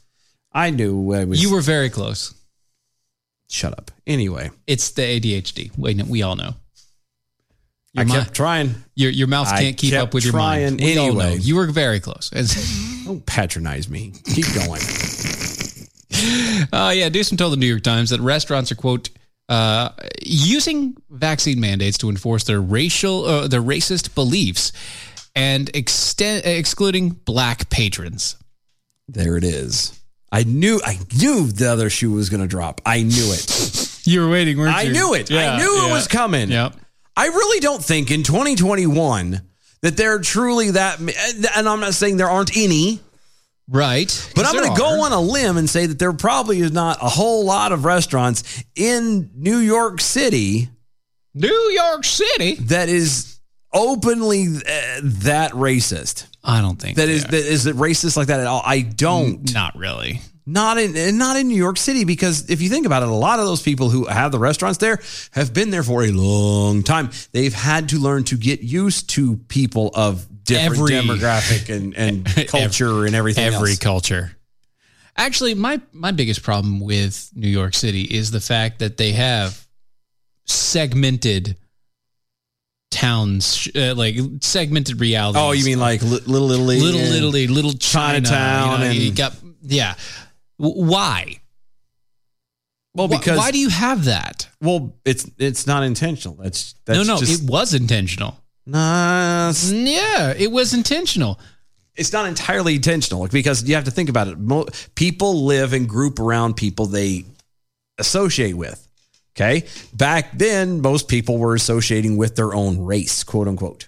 I knew I was. You were very close. shut up. Anyway, It's the ADHD. Wait, no, we all know. I mi- kept trying. your your mouth I can't keep kept up with your trying mind. We all know. anyway. You were very close. Don't patronize me. Keep going. uh, yeah, Newsom told the New York Times that restaurants are quote uh, using vaccine mandates to enforce their racial uh, their racist beliefs and extend excluding black patrons. there it is. I knew I knew the other shoe was going to drop. I knew it. You were waiting, weren't I you? knew it. Yeah, I knew yeah. it was coming. Yep. I really don't think in 2021 that there are truly that ma- and I'm not saying there aren't any. Right. But I'm there going to go are. on a limb and say that there probably is not a whole lot of restaurants in New York City. New York City that is openly uh, that racist. I don't think That is that is it racist like that at all? I don't. Not really. Not in and not in New York City because if you think about it, a lot of those people who have the restaurants there have been there for a long time. They've had to learn to get used to people of different Every- demographic and and culture and everything. Every else. culture. Actually, my my biggest problem with New York City is the fact that they have segmented towns, sh- uh, like segmented reality. Oh, you mean like Li- Little Italy, Little and- Italy, Little China, Chinatown You, know, and- you got yeah. W- why? Well, because- why, do you have that? Well, it's it's not intentional. That's, that's No, no, just- it was intentional. Nah, yeah, it was intentional. It's not entirely intentional like, because you have to think about it. Mo- people live and group around people they associate with. Okay. Back then, most people were associating with their own race, quote unquote.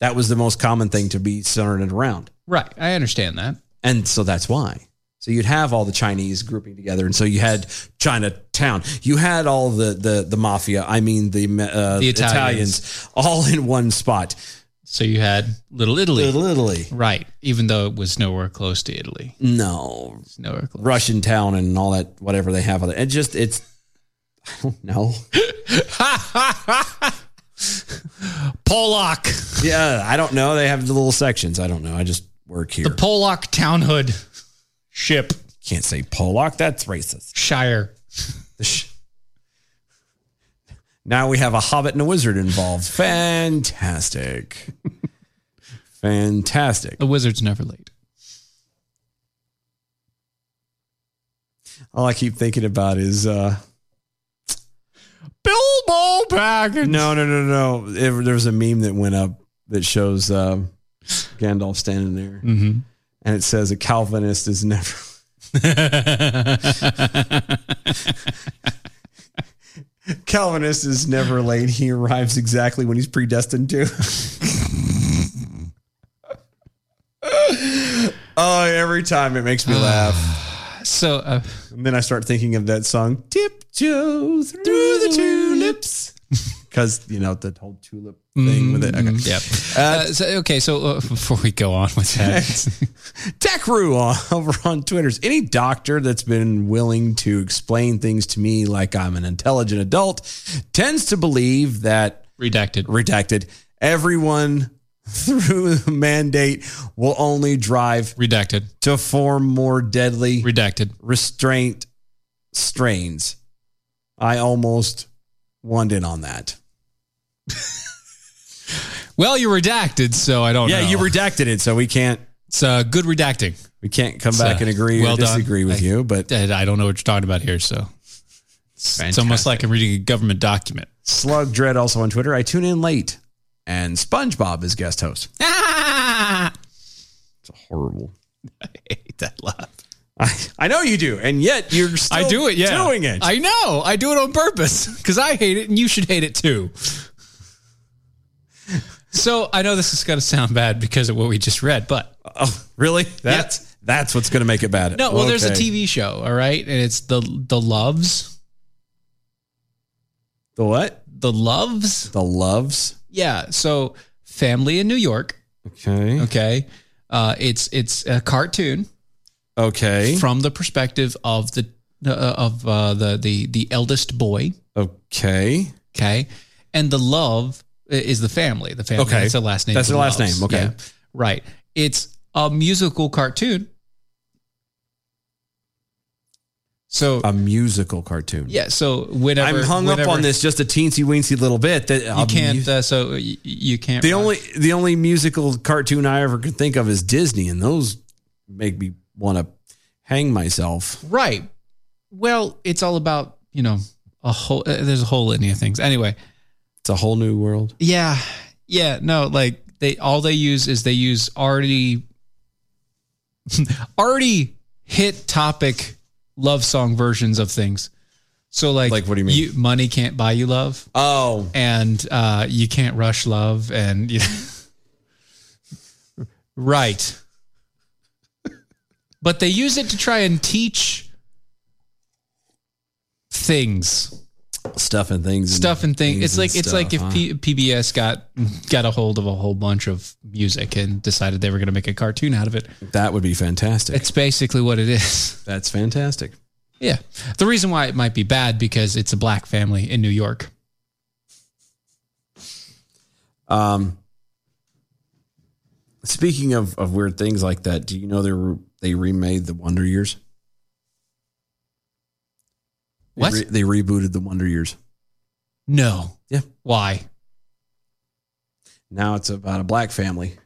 That was the most common thing to be centered around. Right. I understand that. And so that's why. So you'd have all the Chinese grouping together, and so you had Chinatown. You had all the the the mafia. I mean the uh, The Italians. Italians, all in one spot. So you had Little Italy. Little Italy, Right. Even though it was nowhere close to Italy. no, It's nowhere close. Russian town, and all that whatever they have. on it. It just it's I don't know. Pollock. Yeah, I don't know. They have the little sections. I don't know. I just work here. The Pollock townhood. Ship. Can't say Pollock. That's racist. Shire. The sh- now we have a hobbit and a wizard involved. Fantastic. Fantastic. The wizard's never late. All I keep thinking about is uh Bilbo Baggins. no, no, no, no. It- there was a meme that went up that shows uh, Gandalf standing there, Mhm. and it says a Calvinist is never. Calvinist is never late. He arrives exactly when he's predestined to. oh, every time it makes me laugh. So, uh, and then I start thinking of that song, Tiptoe Through the Tulips. Because, you know, the whole tulip Mm-hmm. thing with it. Okay. Yep. Uh, so, okay. So uh, before we go on with that, Tech Roo on- over on Twitter's any doctor that's been willing to explain things to me like I'm an intelligent adult tends to believe that redacted redacted everyone through the mandate will only drive redacted to form more deadly redacted restraint strains. I almost wanted in on that. well, you redacted, so I don't yeah, know. you redacted it, so we can't It's uh, good redacting. we can't come back So, and agree well or done. disagree with I- you, but I don't know what you're talking about here, so it's, it's almost like I'm reading a government document. Slug Dread also on Twitter. I tune in late, and SpongeBob is guest host. It's horrible. I hate that laugh. I, I know you do, and yet you're still I do it, yeah. doing it. I know. I do it on purpose because I hate it and you should hate it too. So I know this is going to sound bad because of what we just read, but oh, really? That's that's what's going to make it bad. no. Well, there's a Okay. TV show, all right, and it's the the Loves, The what? the Loves. The loves. Yeah. So family in New York. Okay. Okay. Uh, it's it's a cartoon Okay. from the perspective of the uh, of uh, the the the eldest boy. Okay. Okay. And the love i- is the family. The family. Okay. That's the last name. That's of their last Loves. name, okay. Right. It's a musical cartoon. So A musical cartoon. yeah. So whenever Uh, I'm hung whenever- up on this just a teensy weensy little bit. That You can't. Uh, so you, you can't. the watch- only the only musical cartoon I ever could think of is Disney, and those make me want to hang myself. right. Well, it's all about you know a whole. Uh, there's a whole litany of things. Anyway. It's a whole new world. Yeah. Yeah. No, like they all they use is they use already already hit topic love song versions of things. So like, like what do you mean? Uh. money can't buy you love. Oh, and uh, you can't rush love, and you right. But they use it to try and teach things, stuff and things, stuff and things. It's and like it's like if stuff, huh? P- PBS got got a hold of a whole bunch of music and decided they were going to make a cartoon out of it. That would be fantastic. It's basically what it is. That's fantastic. Yeah. The reason why it might be bad because it's a black family in New York. Um, speaking of, of weird things like that, do you know they were, they remade the Wonder Years? What? They, re- they rebooted the Wonder Years. No. Yeah. Why? Now it's about a black family.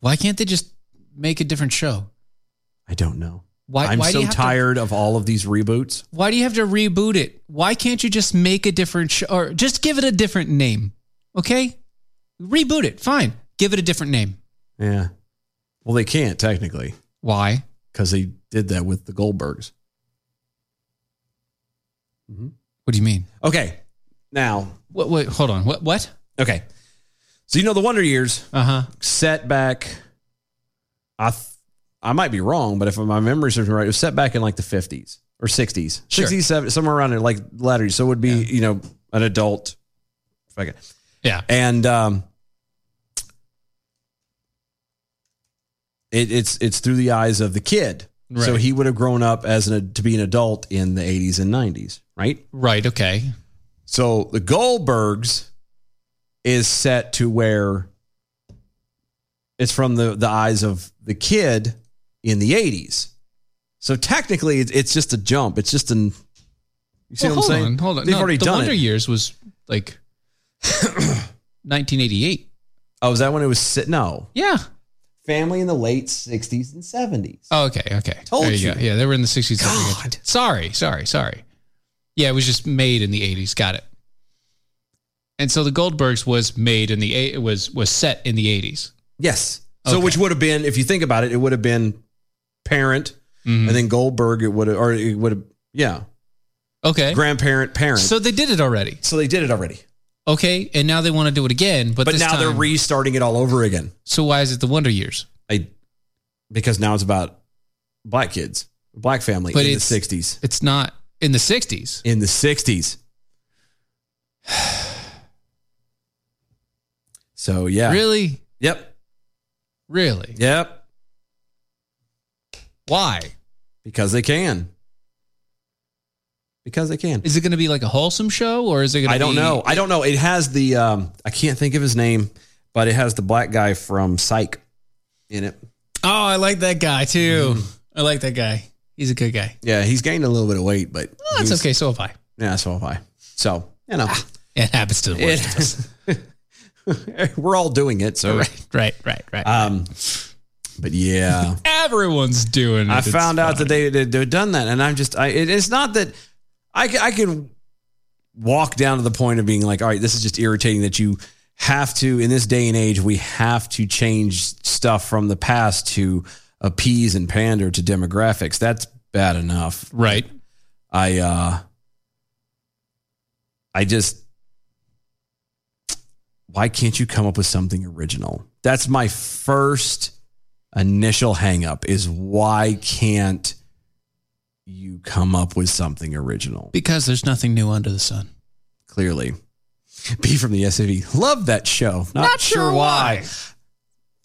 Why can't they just make a different show? I don't know. Why- I'm why do so you have to- tired of all of these reboots. Why do you have to reboot it? Why can't you just make a different show or just give it a different name? Okay? Reboot it. Fine. Give it a different name. Yeah. Well, they can't technically. Why? Because they did that with the Goldbergs. What do you mean? Okay. Now. What, wait, hold on. What? What? Okay. So you know the Wonder Years uh huh set back. I th- I might be wrong, but if my memory serves me right, it was set back in like the fifties or sixties, Sure. sixties, somewhere around there, like latter. years. So it would be you know an adult. Okay. Yeah. And um, it, it's it's through the eyes of the kid. So Right. he would have grown up as an to be an adult in the eighties and nineties, right? Right. Okay. So the Goldbergs is set to where it's from the, the eyes of the kid in the 80s. So technically, it's, it's just a jump. It's just an. You see Well, what I'm hold saying? on, hold on. They've No, already the done Wonder it. Years was like 1988. Oh, was that when it was sit? No. Yeah. Family in the late 60s and 70s. Oh, okay, okay. Told There you. go. Yeah, they were in the 60s. God. Sorry, sorry, sorry. Yeah, it was just made in the 80s. Got it. And so the Goldbergs was made in the eight- it was was set in the 80s. Yes. So which would have been, if you think about it, it would have been parent, and then Goldberg. It would have, or it would have, yeah. Mm-hmm. Okay. Grandparent, parent. So they did it already. So they did it already. Okay, and now they want to do it again, but, but this now they're time- restarting it all over again. So why is it the Wonder Years? I because now it's about black kids, black family But in the it's- sixties. It's not in the 60s. In the sixties. So yeah, Really? Yep. Really? Yep. Why? Because they can. Because they can. Is it going to be like a wholesome show or is it going to I don't be- know. I don't know. It has the um, I can't think of his name, but it has the black guy from Psych in it. Oh, I like that guy too. Mm. I like that guy. He's a good guy. Yeah, he's gained a little bit of weight, but Oh, that's he's- okay. Ah, So have I. Yeah, so have I. So you know, It happens to the worst of us. we're all doing it. So Right, right, right, right. Um, but yeah, Uh, Everyone's doing it. I It's found out fine. that they, they they've done that, and I'm just I. It, it's not that I ca- I can walk down to the point of being like, all right, this is just irritating that you have to in this day and age we have to change stuff from the past to appease and pander to demographics. That's bad enough, right? I uh, I just why can't you come up with something original? That's my first initial hang up is why can't you come up with something original? because there's nothing new under the sun. Clearly. B from the SAV. Love that show. Not, sure, why.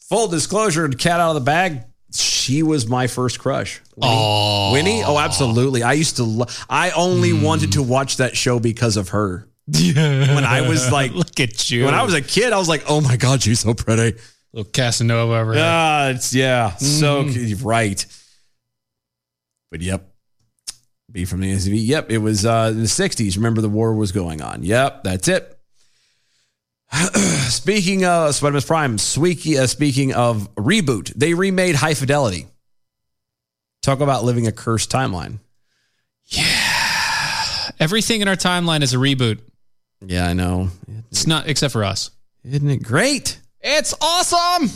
Full disclosure, cat out of the bag. She was my first crush. Winnie. Oh. Winnie? Oh, absolutely. I used to. Lo- I only wanted to watch that show because of her. Yeah. When I was like, look at you. When I was a kid, I was like, oh my god, she's so pretty. little Casanova over here. Ah, it's yeah, so right. But yep, B from the SUV. Yep, it was uh, the '60s. Remember the war was going on. Yep, that's it. speaking of Spider-Man Prime, squeaky- uh, speaking of reboot, they remade High Fidelity. Talk about living a cursed timeline. Everything in our timeline is a reboot. Yeah, I know. It's not except for us. Isn't it great? It's awesome.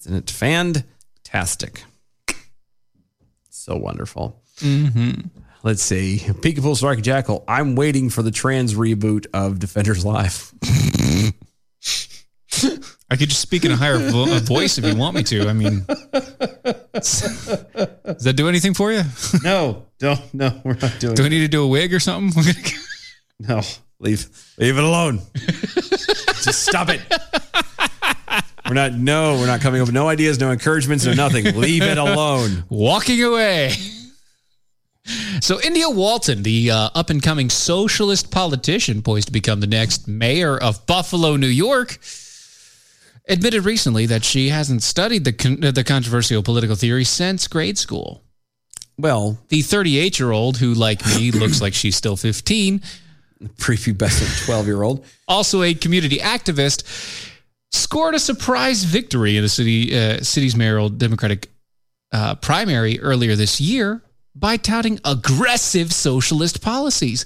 Isn't it fantastic? So wonderful. Mm-hmm. Let's see. Peekaboo Strike Jackal. I'm waiting for the trans reboot of Defenders Live. I could just speak in a higher vo- a voice if you want me to. I mean, does that do anything for you? No, don't. No, we're not doing. Do I need to do a wig or something? no, leave leave it alone. Just stop it. We're not. No, we're not coming up with no ideas, no encouragements, no nothing. Leave it alone. Walking away. So, India Walton, the uh, up and coming socialist politician poised to become the next mayor of Buffalo, New York, admitted recently that she hasn't studied the, con- uh, the controversial political theory since grade school. Well, the 38 year old who, like me, looks like she's still 15, prepubescent 12 year old, also a community activist, scored a surprise victory in the city, uh, city's mayoral Democratic uh, primary earlier this year by touting aggressive socialist policies.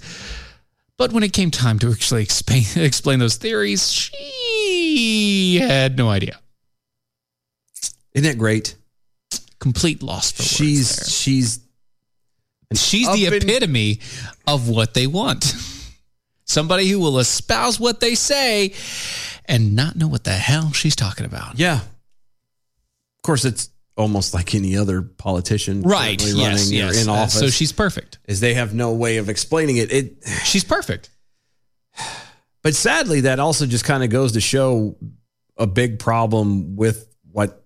But when it came time to actually explain, explain those theories, she had no idea. Isn't that great? Complete loss for she's she's she's the epitome of what they want. Somebody who will espouse what they say and not know what the hell she's talking about. Yeah. Of course, it's almost like any other politician, Right. currently Yes. running or yes. in Uh, office. so she's perfect. is they have no way of explaining it. It she's perfect. But sadly, that also just kind of goes to show a big problem with what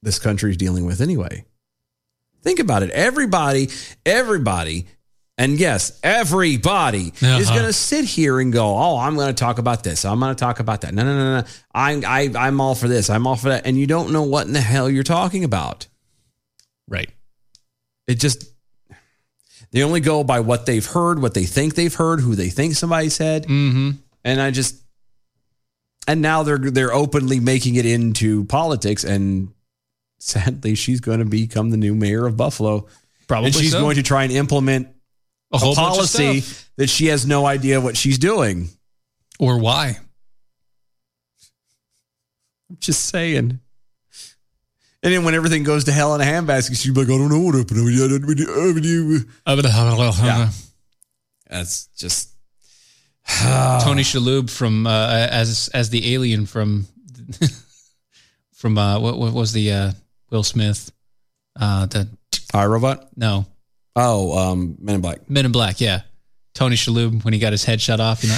this country is dealing with anyway. Think about it. Everybody, everybody, and yes, everybody is Uh-huh. going to sit here and go, "Oh, I'm going to talk about this. I'm going to talk about that." No, no, no, no. I'm I, I'm all for this. I'm all for that. And you don't know what in the hell you're talking about. Right. It just they only go by what they've heard, what they think they've heard, who they think somebody said. Mm-hmm. And I just and now they're they're openly making it into politics and sadly she's going to become the new mayor of Buffalo. Probably And she's so. going to try and implement A a, whole bunch of policy that she has no idea what she's doing. Or why? I'm just saying. And then when everything goes to hell in a handbasket, she's like, I don't know what happened. Yeah. That's just uh, Tony Shalhoub from uh, as as the alien from from uh, what, what was the uh, Will Smith uh, the iRobot? No. Oh, um, Men in Black. Men in Black, yeah. Tony Shalhoub when he got his head shut off, you know.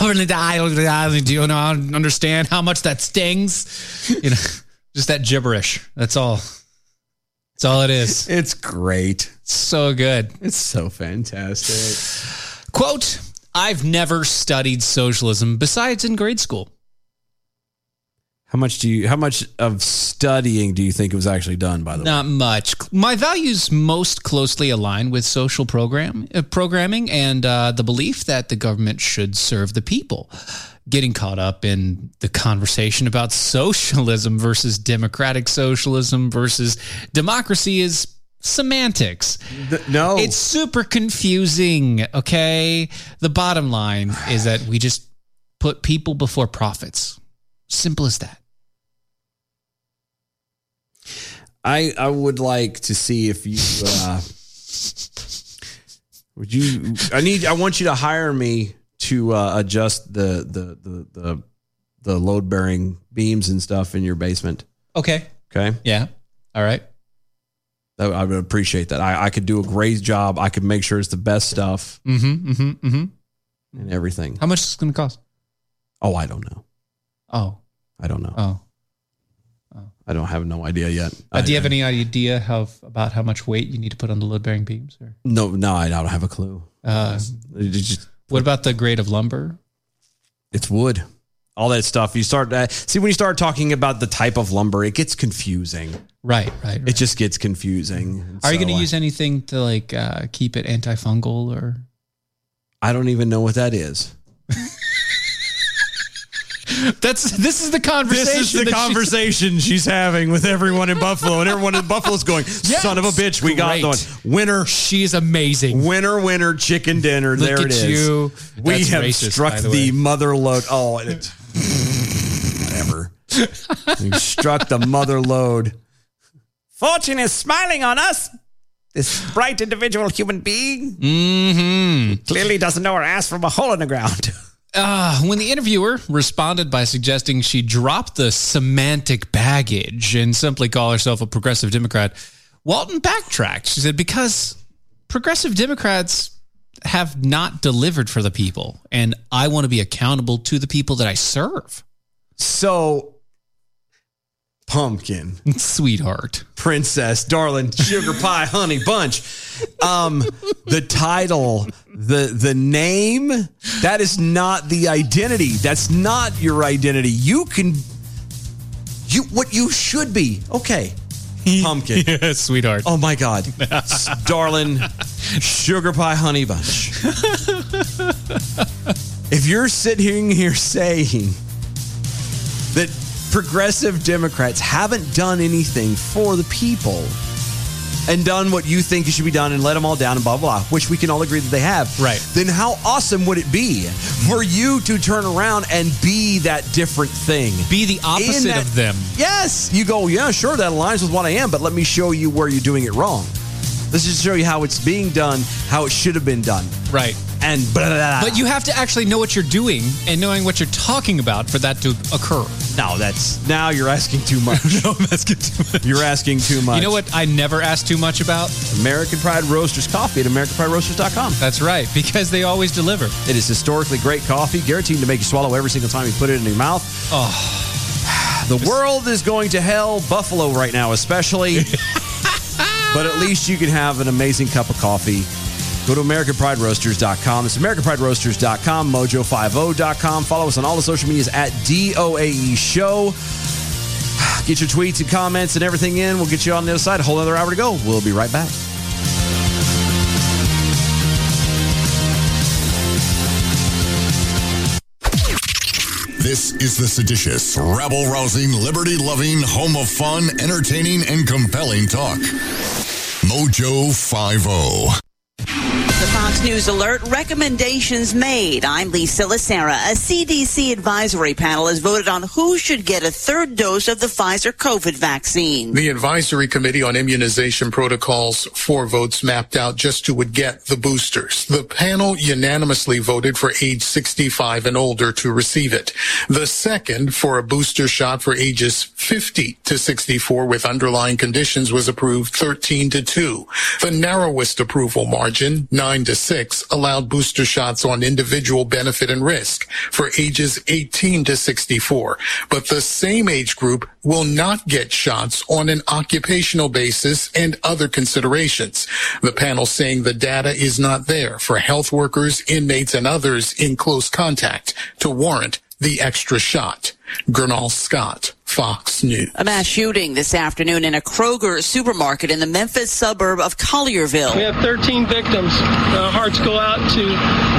I wouldn't die. I wouldn't Do you know? I don't understand how much that stings? You know, just that gibberish. That's all. That's all it is. It's great. So good. It's so fantastic. Quote, I've never studied socialism besides in grade school. How much do you? How much of studying do you think was actually done? By the way, Not much. My values most closely align with social program uh, programming and uh, the belief that the government should serve the people. Getting caught up in the conversation about socialism versus democratic socialism versus democracy is semantics. no, it's super confusing. Okay, the bottom line is that we just put people before profits. Simple as that. I I would like to see if you. Uh, would you? I need. I want you to hire me to uh, adjust the the the the the load bearing beams and stuff in your basement. Okay. Okay. Yeah. All right. I I would appreciate that. I, I could do a great job. I could make sure it's the best stuff Mm-hmm. Mm-hmm. Mm-hmm. and everything. How much is it going to cost? Oh, I don't know. Oh, I don't know. oh. I don't have no idea yet. Uh, do you I- have any idea how about how much weight you need to put on the load bearing beams? Or No, no, I don't have a clue. uh, It's, just- what about the grade of lumber? it's wood. All that stuff. You start uh, see when you start talking about the type of lumber, it gets confusing. Right, right. right. It just gets confusing. Are you So uh, going to I- use anything to like uh, keep it antifungal or? I don't even know what that is. That's this is the conversation. that she- she's having with everyone in Buffalo, and everyone in Buffalo's going, Yes. Great. winner, She is amazing. winner, winner, chicken dinner." Look at you. We That's have racist, struck by the, the way. mother load. Oh, and it's whatever. we struck the mother load. Fortune is smiling on us, This bright individual human being Mm-hmm. clearly doesn't know her ass from a hole in the ground. Uh, when the interviewer responded by suggesting she drop the semantic baggage and simply call herself a progressive Democrat, Walton backtracked. She said, because progressive Democrats have not delivered for the people, and I want to be accountable to the people that I serve. So, pumpkin, sweetheart, princess, darling, sugar pie, honey bunch. Um, the title, the the name, that is not the identity. That's not your identity. You can you what you should be. Okay. Pumpkin. yes, sweetheart. Oh my god. S- darling, sugar pie, honey bunch. if you're sitting here saying that progressive Democrats haven't done anything for the people and done what you think should be done and let them all down and blah, blah, blah, which we can all agree that they have. Right. Then how awesome would it be for you to turn around and be that different thing? Be the opposite of them. Yes. You go, yeah, sure, that aligns with what I am, but let me show you where you're doing it wrong. Let's just show you how it's being done, how it should have been done. Right. And blah, blah, blah. But you have to actually know what you're doing and knowing what you're talking about for that to occur. No, that's now you're asking too much. no, I'm asking too much. You're asking too much. You know what I never asked too much about? American Pride Roasters coffee at AmericanPrideRoasters.com. That's right, because they always deliver. It is historically great coffee, guaranteed to make you swallow every single time you put it in your mouth. Oh, the world is going to hell, Buffalo right now, especially. but at least you can have an amazing cup of coffee. Go to AmericanPrideRoasters.com. It's AmericanPrideRoasters.com, Mojo50.com. Follow us on all the social medias at DOAE E Show. Get your tweets and comments and everything in. We'll get you on the other side. A whole other hour to go. We'll be right back. This is the seditious, rabble rousing, liberty loving, home of fun, entertaining, and compelling talk. Mojo 50. The Fox News alert recommendations made. I'm Lisa Lacera. A CDC advisory panel has voted on who should get a third dose of the Pfizer COVID vaccine. The Advisory Committee on Immunization Protocols, four votes mapped out just who would get the boosters. The panel unanimously voted for age 65 and older to receive it. The second for a booster shot for ages 50 to 64 with underlying conditions was approved 13 to 2. The narrowest approval margin, 9 to 6, allowed booster shots on individual benefit and risk for ages 18 to 64. But the same age group will not get shots on an occupational basis and other considerations. The panel saying the data is not there for health workers, inmates, and others in close contact to warrant the extra shot. Gernal Scott, Fox News. A mass shooting this afternoon in a Kroger supermarket in the Memphis suburb of Collierville. We have 13 victims. Uh, hearts go out to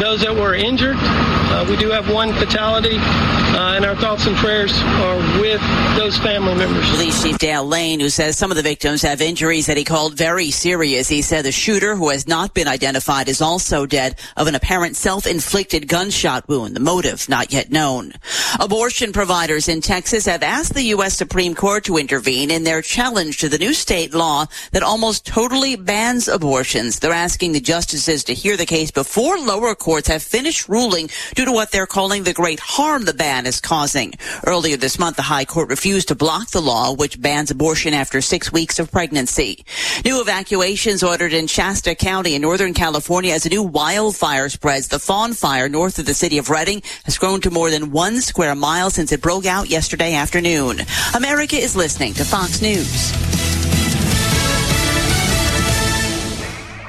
those that were injured. Uh, we do have one fatality, uh, and our thoughts and prayers are with those family members. Police Chief Dale Lane, who says some of the victims have injuries that he called very serious. He said the shooter, who has not been identified, is also dead of an apparent self-inflicted gunshot wound. The motive not yet known. Abortion providers in Texas have asked the U.S. Supreme Court to intervene in their challenge to the new state law that almost totally bans abortions. They're asking the justices to hear the case before lower courts have finished ruling due to what they're calling the great harm the ban is causing. Earlier this month, the High Court refused to block the law, which bans abortion after six weeks of pregnancy. New evacuations ordered in Shasta County in Northern California as a new wildfire spreads. The Fawn Fire north of the city of Redding has grown to more than one square mile since it broke out yesterday afternoon. America is listening to Fox News.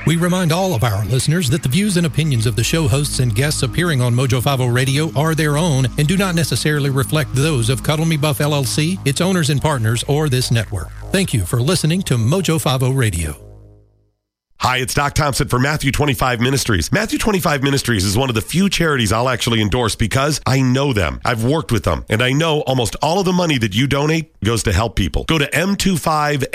We remind all of our listeners that the views and opinions of the show hosts and guests appearing on Mojo 50 Radio are their own and do not necessarily reflect those of Cuddle Me Buff LLC, its owners and partners, or this network. Thank you for listening to Mojo 50 Radio. Hi, it's Doc Thompson for Matthew 25 Ministries. Matthew 25 Ministries is one of the few charities I'll actually endorse because I know them. I've worked with them, and I know almost all of the money that you donate goes to help people. Go to m25m.org.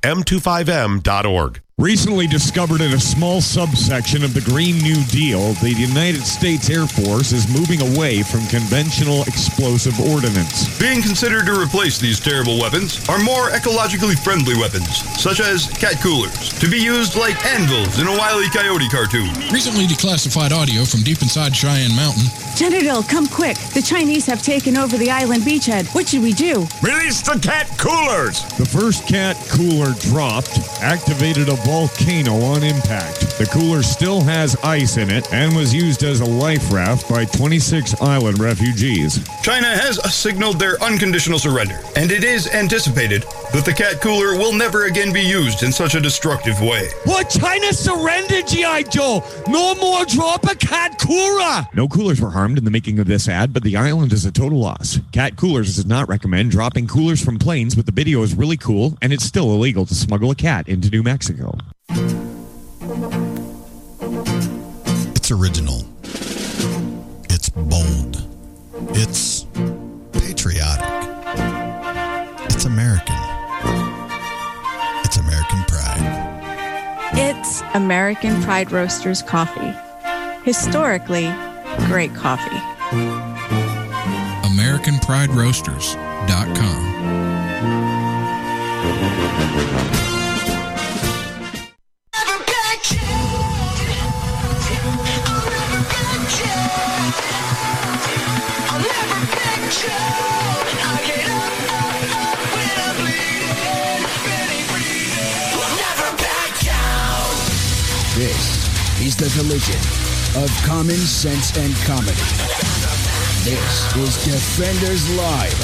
m25m.org. Recently discovered in a small subsection of the Green New Deal, the United States Air Force is moving away from conventional explosive ordnance. Being considered to replace these terrible weapons are more ecologically friendly weapons, such as cat coolers, to be used like anvils in a Wile E. Coyote cartoon. Recently declassified audio from deep inside Cheyenne Mountain. Genadil, come quick. The Chinese have taken over the island beachhead. What should we do? Release the cat coolers! The first cat cooler dropped activated a volcano on impact. The cooler still has ice in it and was used as a life raft by 26 island refugees. China has signaled their unconditional surrender, and it is anticipated that the cat cooler will never again be used in such a destructive way. What? China surrendered, G.I. Joe! No more drop a cat cooler! No coolers were harmed in the making of this ad, but the island is a total loss. Cat Coolers does not recommend dropping coolers from planes, but the video is really cool, and it's still illegal to smuggle a cat into New Mexico. It's original. It's bold. It's patriotic. It's American. It's American pride. It's American Pride Roasters coffee. Historically, great coffee. AmericanPrideRoasters.com. This is the collision of common sense and comedy. This is Defenders Live.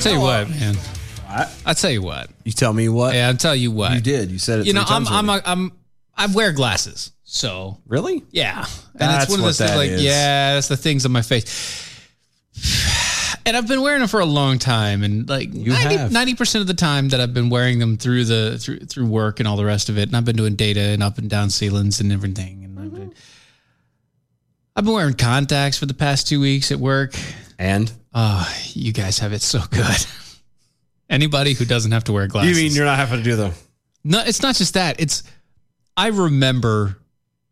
Tell you what, man. I tell you what. You tell me what. Yeah, I'll tell you what. You did. You said it You know, three I'm I'm times a, I'm I wear glasses. So Really? yeah, and That's it's one of what those things that like is. yeah, that's the things on my face. And I've been wearing them for a long time, and like have. 90 percent of the time that I've been wearing them through the through through work and all the rest of it, and I've been doing data and up and down ceilings and everything, and I've, been, I've been wearing contacts for the past two weeks at work. And uh, you guys have it so good. Anybody who doesn't have to wear glasses, You mean you're not having to do them? no, it's not just that. It's I remember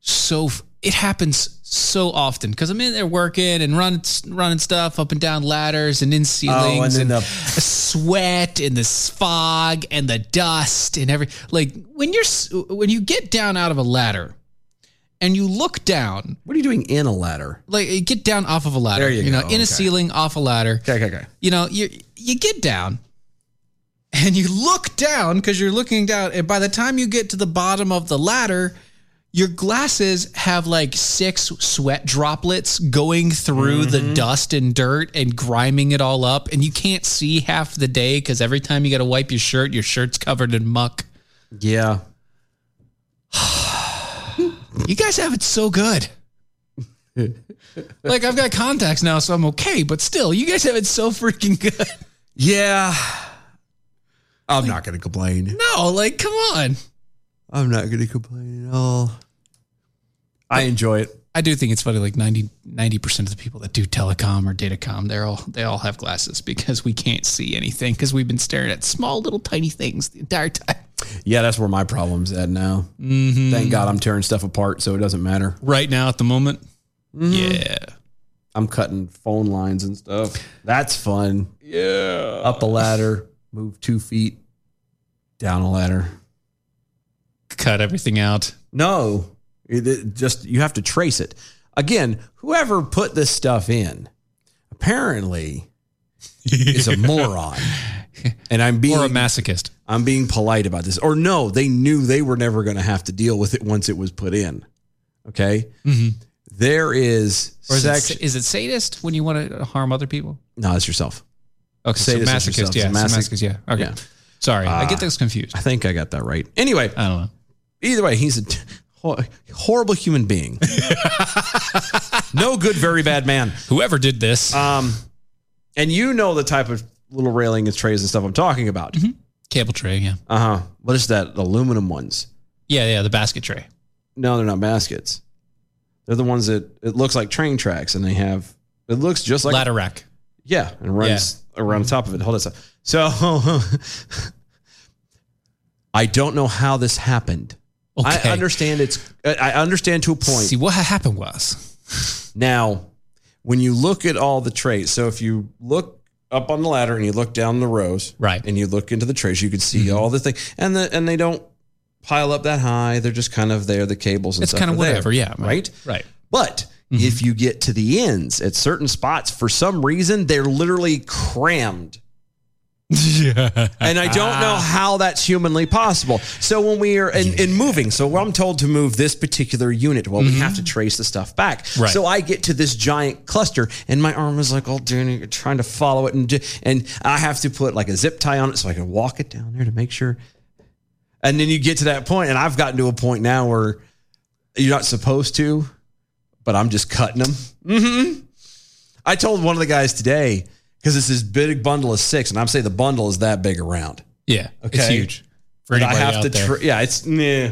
so f- it happens so often because I'm in there working and running running stuff up and down ladders and in ceilings Oh, and then and the- the sweat and the s- fog and the dust and every like when you're s- when you get down out of a ladder and you look down. What are you doing in a ladder? Like you get down off of a ladder. There you know, go, in okay. a ceiling, off a ladder. Okay, okay, okay. You know, you you get down and you look down because you're looking down, and by the time you get to the bottom of the ladder, your glasses have like six sweat droplets going through the dust and dirt and griming it all up, and you can't see half the day because every time you got to wipe your shirt, your shirt's covered in muck. Yeah. You guys have it so good. like I've got contacts now, so I'm okay, but still, you guys have it so freaking good. Yeah. I'm not going to complain. No, like come on. I'm not going to complain at all. I enjoy it. I do think it's funny. Like 90 percent of the people that do telecom or datacom, they're all they all have glasses because we can't see anything because we've been staring at small little tiny things the entire time. Yeah, that's where my problem's at now. Mhm. Thank God I'm tearing stuff apart, so it doesn't matter. Right now, at the moment, Mm-hmm. yeah, I'm cutting phone lines and stuff. That's fun. Yeah, up a ladder, move two feet, down a ladder, cut everything out. No, It- it just you have to trace it. Again, whoever put this stuff in, apparently, is a moron. And I'm being or a masochist. I'm being polite about this. Or no, they knew they were never going to have to deal with it once it was put in. Okay, There is Mm-hmm. Or is it, section. sa- is it sadist when you want to harm other people? No, it's yourself. Okay, so Sadist is masochist, yourself. yeah, It's a so masochist, yeah. Okay. Sorry, I get Ah, those confused. I think I got that right. Anyway, I don't know. Either way, he's a t- hor- horrible human being. no good, very bad man. Whoever did this, Mm-hmm. um, and you know the type of little railing and trays and stuff I'm talking about. Cable tray, yeah. Uh huh. What is that? The aluminum ones. Yeah, yeah, the basket tray. No, they're not baskets. They're the ones that it looks like train tracks, and they have it looks just like ladder rack. Yeah, and runs around the top of it. Hold this up. So I don't know how this happened. I Okay. understand it's. I I understand to a point. See, what ha- happened was Now, when you look at all the trays, so if you look up on the ladder and you look down the rows, right, and you look into the trays, you can see Mm-hmm. all the things, and the and they don't pile up that high. They're just kind of there. The cables and it's stuff kind of are there, whatever. Yeah, right. right. Mm-hmm. But if you get to the ends at certain spots, for some reason, they're literally crammed. Yeah, And I don't know Ah. how that's humanly possible. So when we are in, in moving, so I'm told to move this particular unit. Well, we Mm-hmm. have to trace the stuff back. Right. So I get to this giant cluster, and my arm is like all dirty, trying to follow it, and do- and I have to put like a zip tie on it so I can walk it down there to make sure. And then you get to that point, and I've gotten to a point now where you're not supposed to, but I'm just cutting them. Mm-hmm. I told one of the guys today because it's this big bundle of six, and I'm saying the bundle is that big around. Yeah, Okay. it's huge. That I anybody have out to. there. Tr- yeah, it's nah,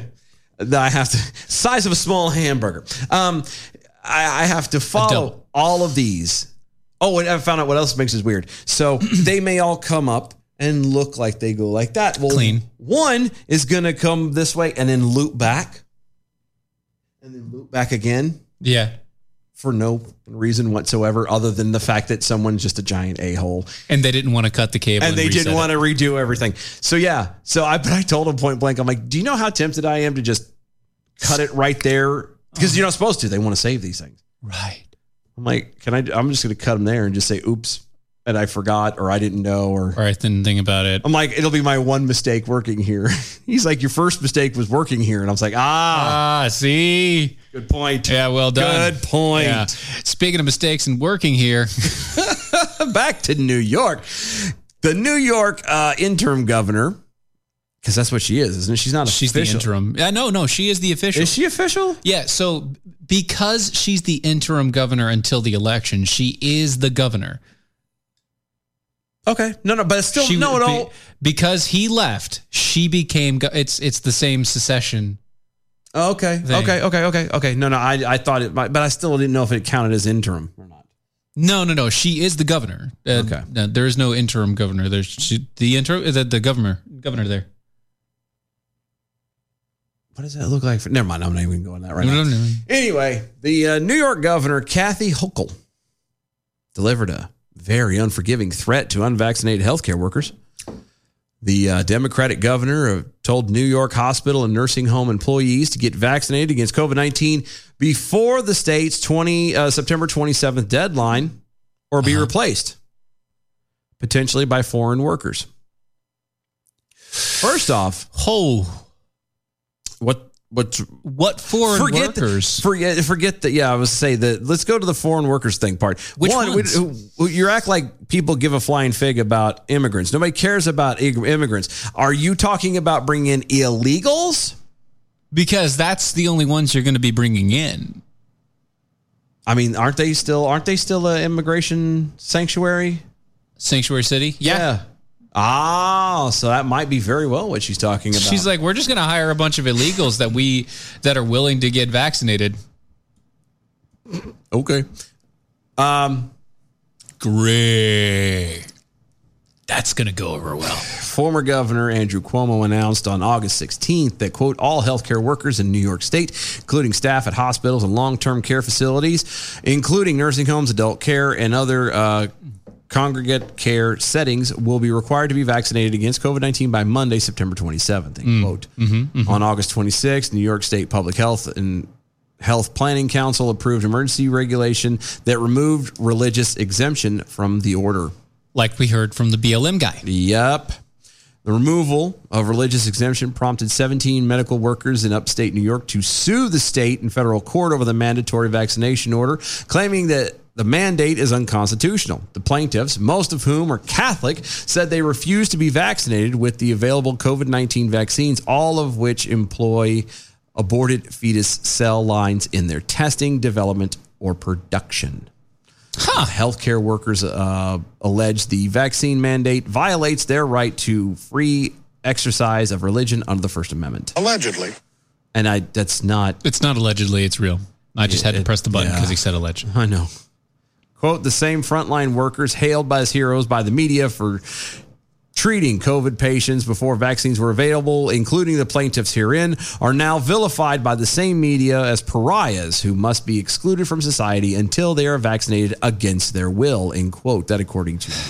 that I have to size of a small hamburger. Um, I, I have to follow all of these. Oh, and I found out what else makes this weird. So they may all come up and look like they go like that. Well, Clean. One is gonna come this way and then loop back, and then loop back again Yeah, for no reason whatsoever, other than the fact that someone's just a giant a hole and they didn't want to cut the cable, and they reset didn't it. want to redo everything. So yeah, so I but I told him point blank, I'm like, do you know how tempted I am to just cut it right there because you're not supposed to. They want to save these things, right? I'm like, can I? I'm just going to cut them there and just say, oops, and I forgot or I didn't know or or I didn't think about it. I'm like, it'll be my one mistake working here. He's like, your first mistake was working here, and I was like, ah, ah, see, good point. Yeah, well done. Good point. Yeah. Speaking of mistakes and working here, back to New York. The New York uh, interim governor, because that's what she is, isn't it? She's not she's official. the interim. Uh, no, no, she is the official. Is she official? Yeah. So because she's the interim governor until the election, she is the governor. Okay. No, no, but it's still She no, would no. be- because he left, she became. Go- it's it's the same secession. Oh, okay. thing. Okay. Okay. Okay. Okay. No, no. I, I thought it might, but I still didn't know if it counted as interim or not. No, no, no. She is the governor. Uh, okay. No, there is no interim governor. There's she, the interim the, the governor governor there. What does that look like? For, never mind. I'm not even going that right now. Anyway, the uh, New York governor, Kathy Hochul, delivered a very unforgiving threat to unvaccinated healthcare workers. The uh, Democratic governor uh, told New York hospital and nursing home employees to get vaccinated against COVID 19 before the state's 20, uh, September 27th deadline or be replaced, potentially by foreign workers. First off, oh, what what what foreign forget workers? The, forget forget that. Yeah, I was say that. Let's go to the foreign workers thing part. Which we- ones? who- you act like people give a flying fig about immigrants. Nobody cares about ig- immigrants. Are you talking about bringing in illegals? Because that's the only ones you're going to be bringing in. I mean, aren't they still aren't they still an immigration sanctuary? Sanctuary City? Yeah. Oh, so that might be very well what she's talking about. She's like, we're just going to hire a bunch of illegals that we that are willing to get vaccinated. Okay. Um great. That's going to go over well. Former Governor Andrew Cuomo announced on August 16th that, quote, all healthcare workers in New York State, including staff at hospitals and long term care facilities, including nursing homes, adult care, and other uh, congregate care settings, will be required to be vaccinated against COVID 19 by Monday, September 27th, end quote. On August 26th, New York State Public Health and Health Planning Council approved emergency regulation that removed religious exemption from the order. Like we heard from the BLM guy. Yep. The removal of religious exemption prompted 17 medical workers in upstate New York to sue the state and federal court over the mandatory vaccination order, claiming that the mandate is unconstitutional. The plaintiffs, most of whom are Catholic, said they refuse to be vaccinated with the available COVID 19 vaccines, all of which employ aborted fetus cell lines in their testing, development, or production. Healthcare workers uh, allege the vaccine mandate violates their right to free exercise of religion under the First Amendment. Allegedly. And I that's not It's not allegedly, it's real. I just had to press the button because he said alleged. I know. Quote the same frontline workers hailed by as heroes by the media for treating COVID patients before vaccines were available, including the plaintiffs herein, are now vilified by the same media as pariahs who must be excluded from society until they are vaccinated against their will. End quote. That according to the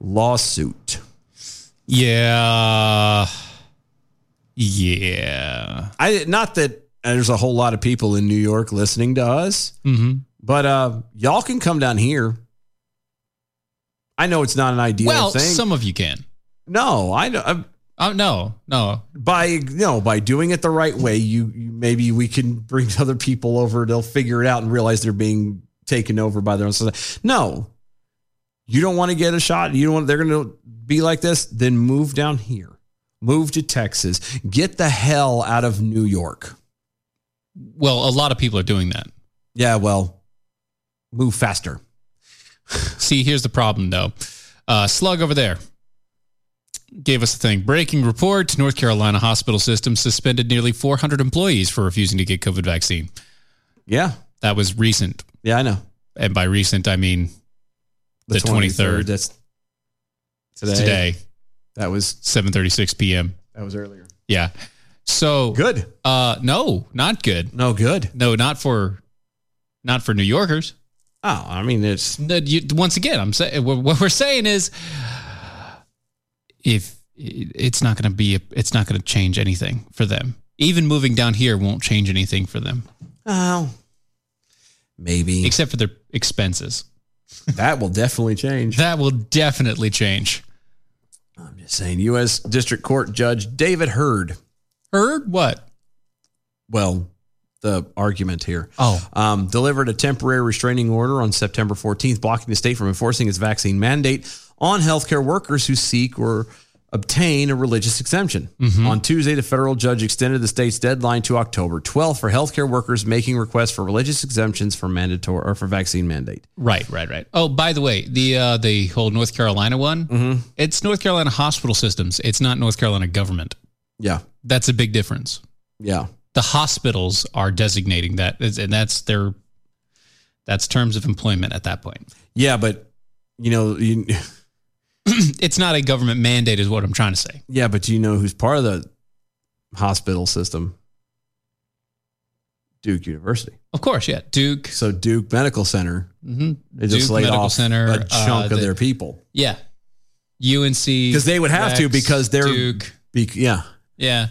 lawsuit. Yeah. Yeah. I not that there's a whole lot of people in New York listening to us, Mhm. but uh, y'all can come down here. I know it's not an ideal Well, thing. some of you can. No, I know. I'm, Oh no, no. By no, by doing it the right way, you, you maybe we can bring other people over. They'll figure it out and realize they're being taken over by their own society. No, you don't want to get a shot. You don't want. They're going to be like this. Then move down here. Move to Texas. Get the hell out of New York. Well, a lot of people are doing that. Yeah, well, move faster. See, here's the problem though. Uh, Slug over there gave us a thing. Breaking report: North Carolina hospital system suspended nearly 400 employees for refusing to get COVID vaccine. Yeah, that was recent. Yeah, I know. And by recent, I mean the, 23rd. uh, That's today. today. That was 7:36 p.m. That was earlier. Yeah. So good. Uh, no, not good. No good. No, not for, not for New Yorkers. Oh, I mean, it's you, once again. I'm saying what what we're saying is, if it's not going to be, a, it's not going to change anything for them. Even moving down here won't change anything for them, Oh, maybe except for their expenses. that will definitely change. That will definitely change. I'm just saying. U.S. District Court Judge David Hurd. Heard what? Well, the argument here. Oh. um, delivered a temporary restraining order on September 14th, blocking the state from enforcing its vaccine mandate on healthcare workers who seek or obtain a religious exemption. Mm-hmm. Mhm. On Tuesday, the federal judge extended the state's deadline to October 12th for healthcare workers making requests for religious exemptions for mandatory or for vaccine mandate. Right, right, right. Oh, by the way, the uh, the whole North Carolina one. It's North Carolina hospital systems. It's not North Carolina government. Yeah, that's a big difference. Yeah, the hospitals are designating that, and that's their that's terms of employment at that point. Yeah, but you know, you, it's not a government mandate, is what I'm trying to say. Yeah, but do you know who's part of the hospital system? Duke University. Of course, yeah. Duke. So Duke Medical Center. Mhm. They just Duke laid Medical off Center, a chunk uh, of the- their people Yeah, UNC because they would have to Rex, because they're Duke. Be, yeah. Yeah.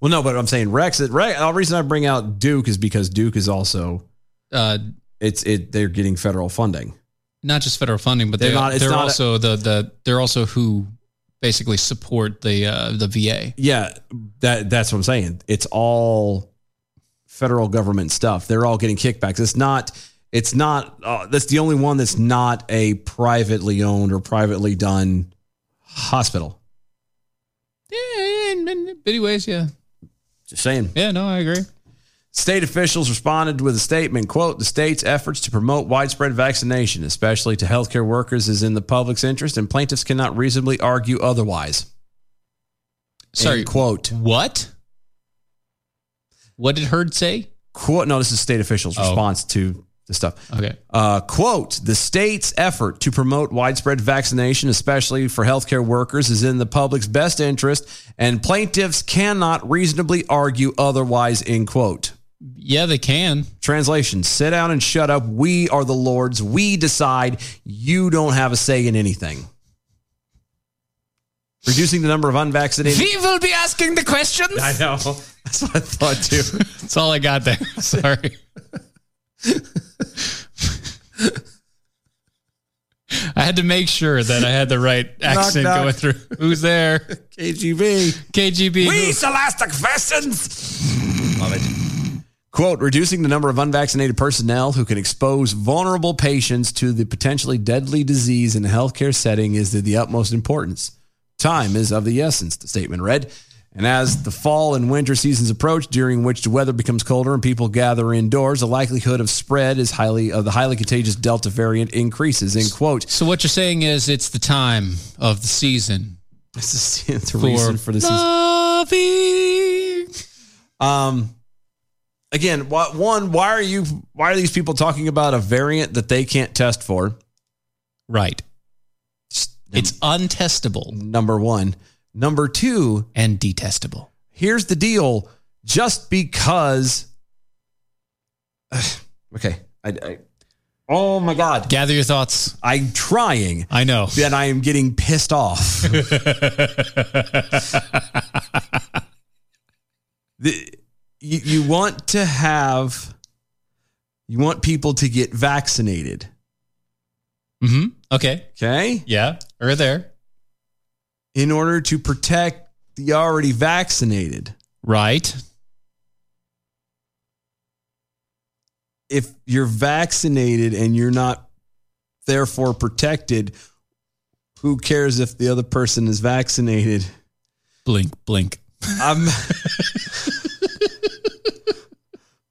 Well, no, but I'm saying Rex. It, Rex the reason I bring out Duke is because Duke is also uh, it's it. They're getting federal funding. not just federal funding, but They're they're not- it's they're not a- also the the they're also who basically support the uh, the VA. Yeah, that that's what I'm saying. It's all federal government stuff. They're all getting kickbacks. It's not. It's not. Uh, that's the only one that's not a privately owned or privately done hospital. Yeah, in in many ways, yeah. Just saying. Yeah, no, I agree. State officials responded with a statement, quote, the state's efforts to promote widespread vaccination, especially to healthcare workers, is in the public's interest, and plaintiffs cannot reasonably argue otherwise. Sorry, End quote. What? What did Heard say? Quote, no, this is state officials' response to the stuff. Okay. Uh, quote, the state's effort to promote widespread vaccination, especially for healthcare workers, is in the public's best interest, and plaintiffs cannot reasonably argue otherwise, end quote. Yeah, they can. Translation Sit down and shut up. We are the Lord's. We decide. You don't have a say in anything. Reducing the number of unvaccinated. We will be asking the questions. I know. That's what I thought too. That's all I got there. Sorry. I had to make sure that I had the right accent knock. going through. Who's there? E KGB. KGB. We select the questions. Love it. Quote, reducing the number of unvaccinated personnel who can expose vulnerable patients to the potentially deadly disease in a healthcare setting is of the utmost importance. Time is of the essence, the statement read. And as the fall and winter seasons approach, during which the weather becomes colder and people gather indoors, the likelihood of spread is highly of the highly contagious Delta variant increases. End quote. So what you're saying is it's the time of the season This is it's a For reason for this. is- Um, again, what one? Why are you? Why are these people talking about a variant that they can't test for? Right. It's untestable. Number one. Number two. And detestable. Here's the deal. Just because. okay. I, I. Oh my God. Gather your thoughts. I'm trying. I know. Then I am getting pissed off. Mm-hmm. the, you, you want to have you want people to get vaccinated mm-hmm okay okay yeah or there in order to protect the already vaccinated right if you're vaccinated and you're not therefore protected who cares if the other person is vaccinated blink blink i'm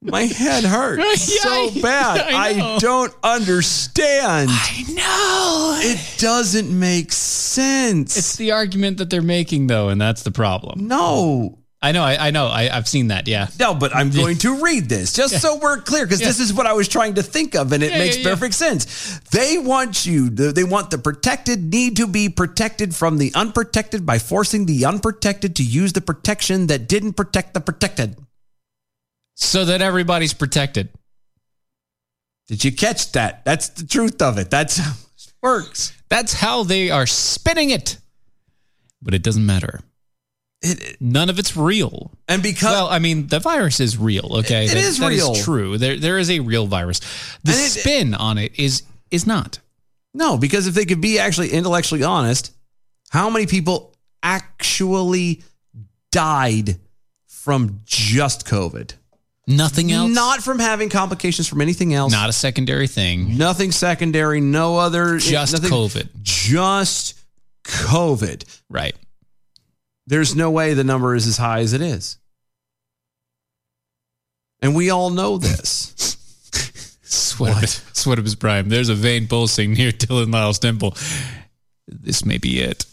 my head hurts Yeah, so I- bad I I know. don't understand No. It doesn't make sense. It's the argument that they're making, though, and that's the problem. No. I know. I, I know. I, I've seen that. Yeah. No, but I'm going to read this just so we're clear because this is what I was trying to think of and it Yeah, makes yeah, yeah. perfect sense. They want you, they want the protected need to be protected from the unprotected by forcing the unprotected to use the protection that didn't protect the protected. So that everybody's protected. Did you catch that? That's the truth of it. That's how it works. That's how they are spinning it. But it doesn't matter. None of it's real. And because well, I mean, the virus is real. Okay, It- it That- is that real. true. There, there is a real virus. The And it- spin on it is is not. No, because if they could be actually intellectually honest, how many people actually died from just COVID? Nothing else. Not from having complications from anything else. Not a secondary thing. Nothing secondary, no other. eh, Just nothing- COVID. Just COVID. Right. There's no way the number is as high as it is. And we all know this. Sweat of, his, sweat of his prime. There's a vein pulsing near Dylan Lyle's temple. This may be it.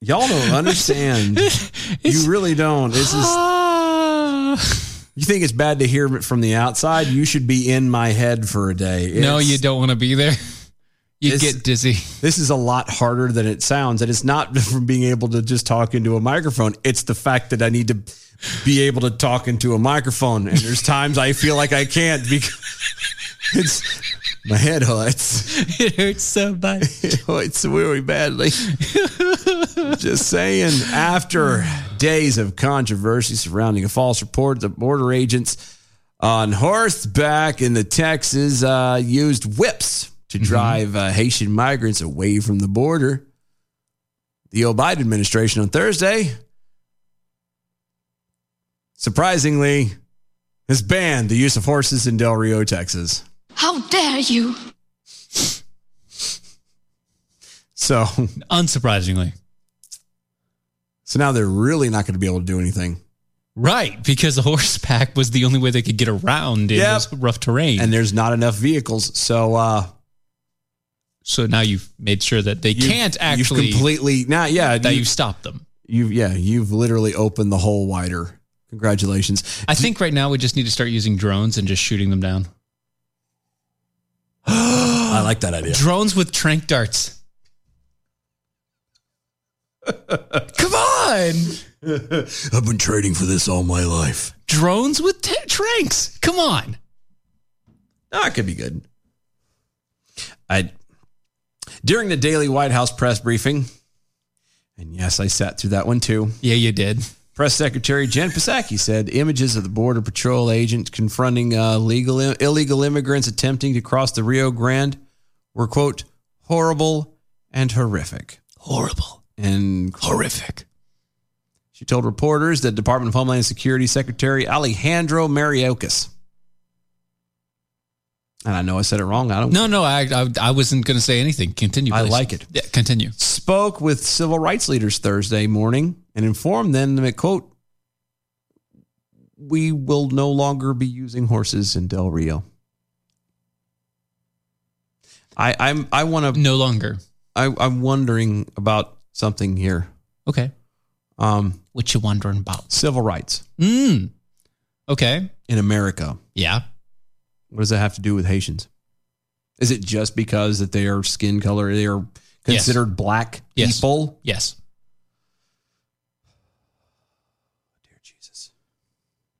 Y'all don't understand. you really don't. This is. Ah. You think it's bad to hear it from the outside? You should be in my head for a day. no, It's- you don't want to be there. You It's- get dizzy. This is a lot harder than it sounds, and it's not from being able to just talk into a microphone. It's the fact that I need to be able to talk into a microphone, and there's times I feel like I can't because it's my head hurts. It hurts so bad. It hurts really Oh, badly. Just saying, after days of controversy surrounding a false report that border agents on horseback in the Texas uh, used whips to drive uh, Haitian migrants away from the border, the O. Biden administration on Thursday, surprisingly, has banned the use of horses in Del Rio, Texas. How dare you? So, Unsurprisingly. so now they're really not going to be able to do anything. Right, because the horseback was the only way they could get around in Yep. this rough terrain. and there's not enough vehicles. So uh, so now you've made sure that they you- can't actually you've completely now. Yeah, that you- you've stopped them. You've yeah, you've literally opened the hole wider. Congratulations. I think right now we just need to start using drones and just shooting them down. I like that idea. Drones with trank darts. Come on. I've been trading for this all my life. Drones with t- tranks. Come on. Oh, it could be good. I during the daily White House press briefing, and yes, I sat through that one too. Yeah, you did. Press Secretary Jen Psaki said images of the Border Patrol agent confronting uh, legal illegal immigrants attempting to cross the Rio Grande were quote horrible and horrific. Horrible and horrific. She told reporters that Department of Homeland Security Secretary Alejandro Mayorkas. And I know I said it wrong. I don't. No, no, I I, I wasn't going to say anything. Continue. I please. like it. Yeah, continue. spoke with civil rights leaders Thursday morning and informed them that, quote, we will no longer be using horses in Del Rio. I I'm I want to no longer. I I'm wondering about something here. Okay. Um, what you wondering about? Civil rights. Mm. Okay. in America. Yeah. What does that have to do with Haitians? Is it just because that they are skin color, they are Yes. considered black Yes. people? Yes.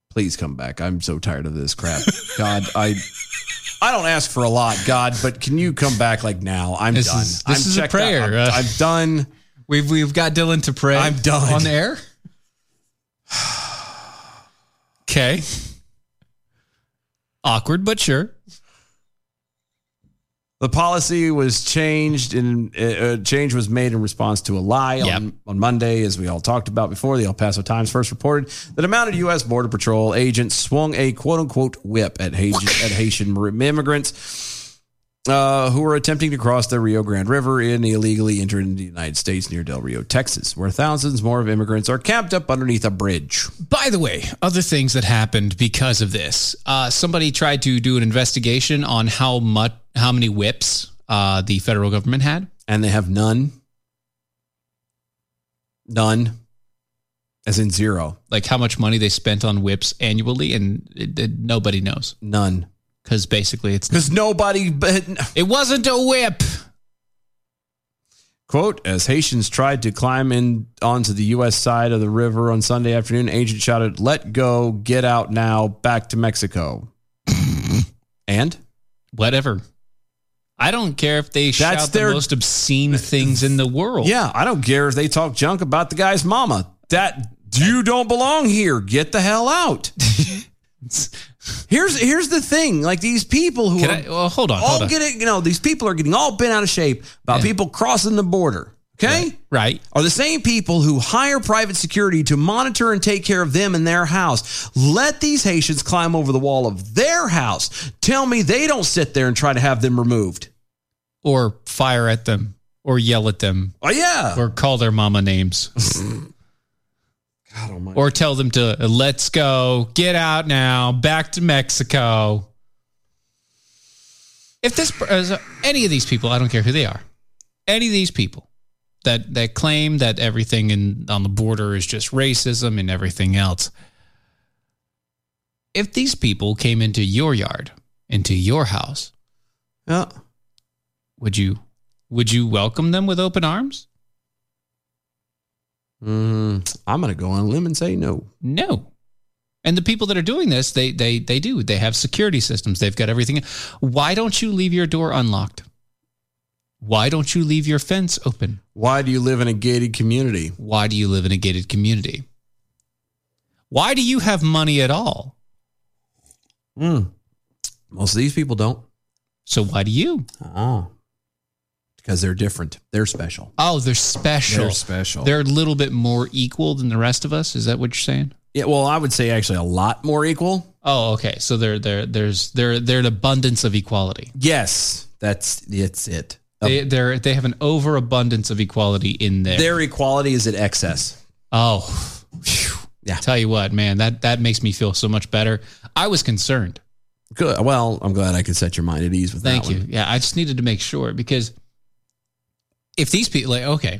Please come back. I'm so tired of this crap. God, I I don't ask for a lot, God, but can you come back like now? I'm This done. is- I'm this is a checked out. prayer. I'm, Uh, I'm done. We've we've got Dylan to pray. I'm done. on the air. Okay. Awkward, but sure. The policy was changed, and uh, change was made in response to a lie on, on Monday, as we all talked about before. The El Paso Times first reported that a mounted U.S. Border Patrol agent swung a "quote unquote" whip at Haitian, at Haitian immigrants uh, who were attempting to cross the Rio Grande River and illegally enter into the United States near Del Rio, Texas, where thousands more of immigrants are camped up underneath a bridge. By the way, other things that happened because of this. Uh, somebody tried to do an investigation on how much, how many whips uh, the federal government had, and they have none. None, as in zero. Like how much money they spent on whips annually, and it, it- nobody knows. None, because basically it's because nobody. But it wasn't a whip. Quote, as Haitians tried to climb in onto the U.S. side of the river on Sunday afternoon, agent shouted, let go, get out now, back to Mexico. and? Whatever. I don't care if they That's shout their- the most obscene things in the world. Yeah, I don't care if they talk junk about the guy's mama. That you don't belong here. Get the hell out. here's here's the thing. Like these people who Can are I- well, hold on, all hold on. getting you know these people are getting all bent out of shape about people crossing the border. Okay, right? Are the same people who hire private security to monitor and take care of them in their house? Let these Haitians climb over the wall of their house. Tell me they don't sit there and try to have them removed. Or fire at them, or yell at them. Oh yeah. Or call their mama names. God almighty. or tell them to uh, let's go, get out now, back to Mexico. If this uh, any of these people, I don't care who they are, any of these people that that claim that everything in on the border is just racism and everything else, if these people came into your yard, into your house, yeah, would you would you welcome them with open arms? Mm, I'm gonna go on a limb and say no. No. And the people that are doing this, they they they do. They have security systems. They've got everything. Why don't you leave your door unlocked? Why don't you leave your fence open? Why do you live in a gated community? Why do you live in a gated community? Why do you have money at all? Mm. Most of these people don't. So why do you? Oh. Because they're different. They're special. Oh, they're special. They're special. They're a little bit more equal than the rest of us. Is that what you're saying? Yeah, well, I would say actually a lot more equal. Oh, okay. So they're they're there's they're they're an abundance of equality. Yes, that's it's it. They they're they have an overabundance of equality in there. Their equality is at excess. Oh, phew. Tell you what, man, that that makes me feel so much better. I was concerned. Good. Well, I'm glad I could set your mind at ease with Thank that. you. one. Yeah, I just needed to make sure because if these people, like, okay,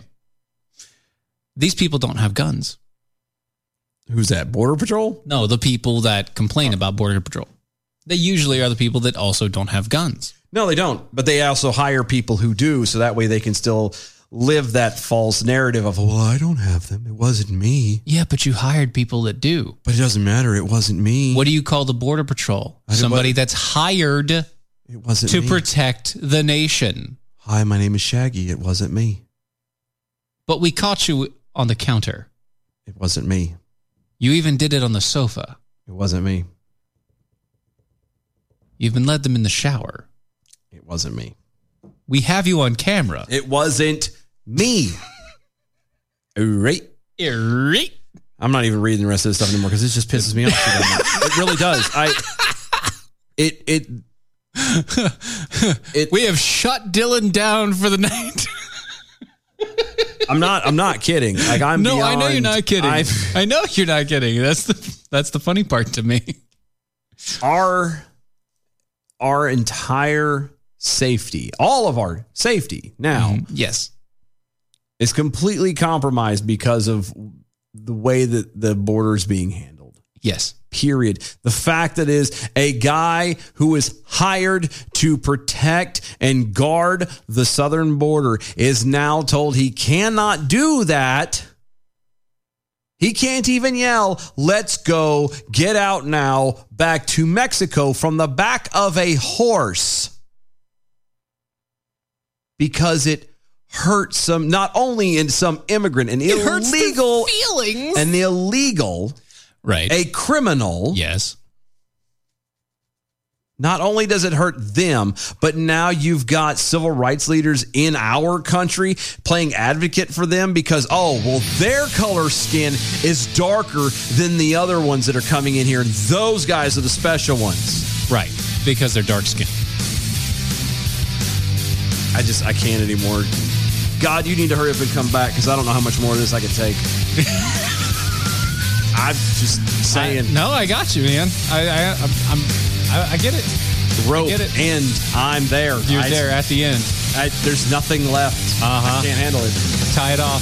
these people don't have guns. Who's that? Border Patrol? No, the people that complain about border patrol. They usually are the people that also don't have guns. No, they don't. But they also hire people who do, so that way they can still live that false narrative of, well, I don't have them. It wasn't me. Yeah, but you hired people that do. But it doesn't matter. It wasn't me. What do you call the border patrol? I don't- Somebody that's hired It wasn't to me. protect the nation. Hi, my name is Shaggy. It wasn't me. But we caught you on the counter. It wasn't me. You even did it on the sofa. It wasn't me. You even led them in the shower. It wasn't me. We have you on camera. It wasn't me. All right. I'm not even reading the rest of this stuff anymore because this just pisses me off. so damn much. It really does. I. It it. it we have shut Dylan down for the night. I'm not. I'm not kidding. Like I'm. no, I know you're beyond- not kidding. i I've- know you're not kidding. That's the that's the funny part to me. our our entire safety, all of our safety now, Mm-hmm. yes, is completely compromised because of the way that the border is being handled. Yes. Period. The fact that is a guy who is hired to protect and guard the southern border is now told he cannot do that. He can't even yell, let's go, get out now, back to Mexico from the back of a horse because it hurts some, not only in some immigrant, an It hurts their illegal, feelings. an illegal, right, a criminal. Yes. Not only does it hurt them, but now you've got civil rights leaders in our country playing advocate for them because, oh, well, their color skin is darker than the other ones that are coming in here. And those guys are the special ones. Right. Because they're dark skinned. I just, I can't anymore. God, you need to hurry up and come back because I don't know how much more of this I could take. I'm just saying. No, I got you, man. I, I, I'm, I'm I, I get it. rope and I'm there. You're there at the end. I, there's nothing left. Uh-huh. I can't handle it. Tie it off.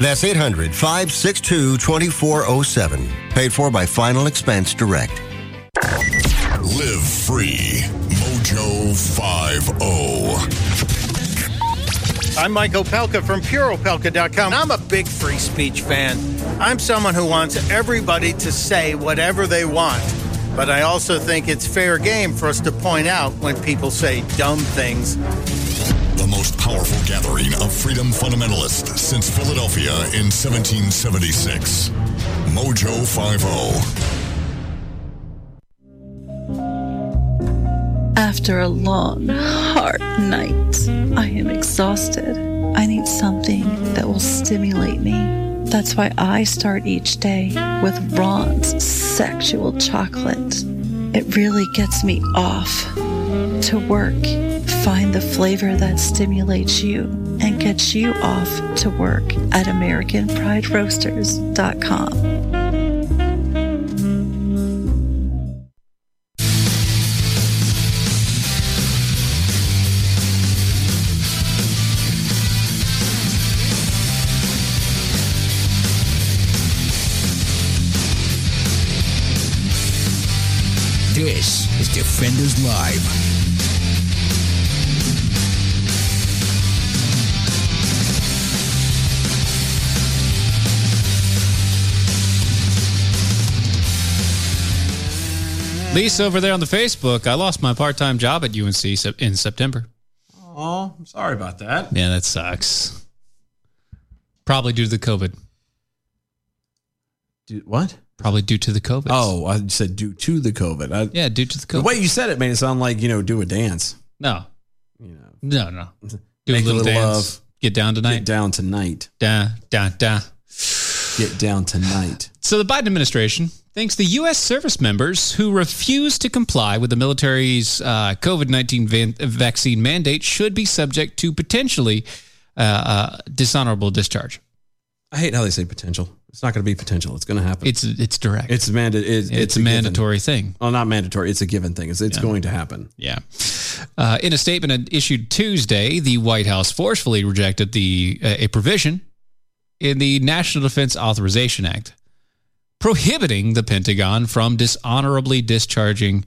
That's 800 562 2407. Paid for by Final Expense Direct. Live free. Mojo oh. 50. I'm Mike Opelka from PureOpelka.com. I'm a big free speech fan. I'm someone who wants everybody to say whatever they want, but I also think it's fair game for us to point out when people say dumb things. The most powerful gathering of freedom fundamentalists since Philadelphia in 1776. Mojo oh. 50. After a long, hard night, I am exhausted. I need something that will stimulate me. That's why I start each day with Ron's sexual chocolate. It really gets me off to work. Find the flavor that stimulates you and gets you off to work at AmericanPrideRoasters.com. This is Defenders Live. Lisa over there on the Facebook, I lost my part time job at UNC sep- in September. Oh, I'm sorry about that. Yeah, that sucks. Probably due to the COVID. Dude, what? Probably due to the COVID. Oh, I said due to the COVID. I, yeah, due to the COVID. The way you said it made it sound like, you know, do a dance. No. No, no. Do Make a little, dance. love. Get down tonight. Get down tonight. Da, da, da. Get down tonight. So the Biden administration thinks the U.S. service members who refuse to comply with the military's uh, COVID 19 van- vaccine mandate should be subject to potentially uh, uh, dishonorable discharge. I hate how they say potential. It's not going to be potential. It's going to happen. It's it's direct. It's manda- it- it's, It's a given. mandatory thing. Well, not mandatory. It's a given thing. It's, it's Yeah. going to happen. Yeah. Uh, in a statement issued Tuesday, the White House forcefully rejected the uh, a provision in the National Defense Authorization Act prohibiting the Pentagon from dishonorably discharging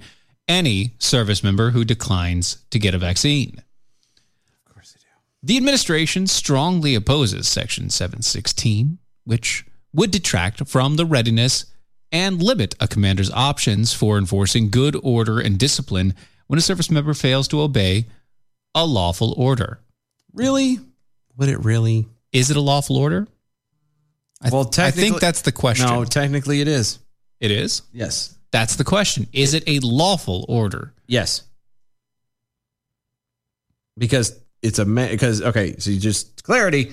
any service member who declines to get a vaccine. Of course they do. The administration strongly opposes Section 716, which would detract from the readiness and limit a commander's options for enforcing good order and discipline when a service member fails to obey a lawful order. Really? Would it really? Is it a lawful order? well, I technically, think that's the question. No, technically it is. It is? Yes. That's the question. Is it a lawful order? Yes. Because it's a ma- because okay, so you just clarity.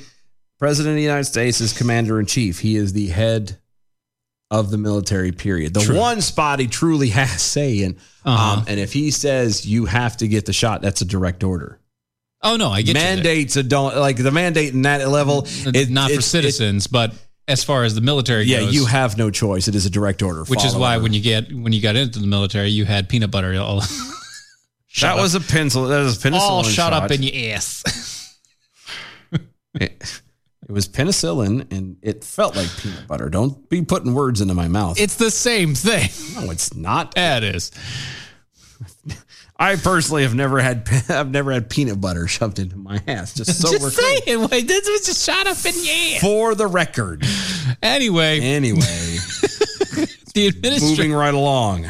President of the United States is commander in chief. He is the head of the military. Period. The one spot he truly has say in. Uh-huh. Um, and if he says you have to get the shot, that's a direct order. Oh no, I get you there. mandates that don't like the mandate in that level. It, Not for it's- it- citizens, but as far as the military yeah, goes, you have no choice. It is a direct order, which is Follow why order. when you get when you got into the military, you had peanut butter all that was a pencil. That was a penicillin. all shot up shot. in your ass. it it was penicillin and it felt like peanut butter. Don't be putting words into my mouth. It's the same thing. no, it's not. That is. I personally have never had pe- I've never had peanut butter shoved into my ass. Just so we're Just clear. saying, wait, this was just shot up in your ass. for the record. Anyway, Anyway, the administration moving right along.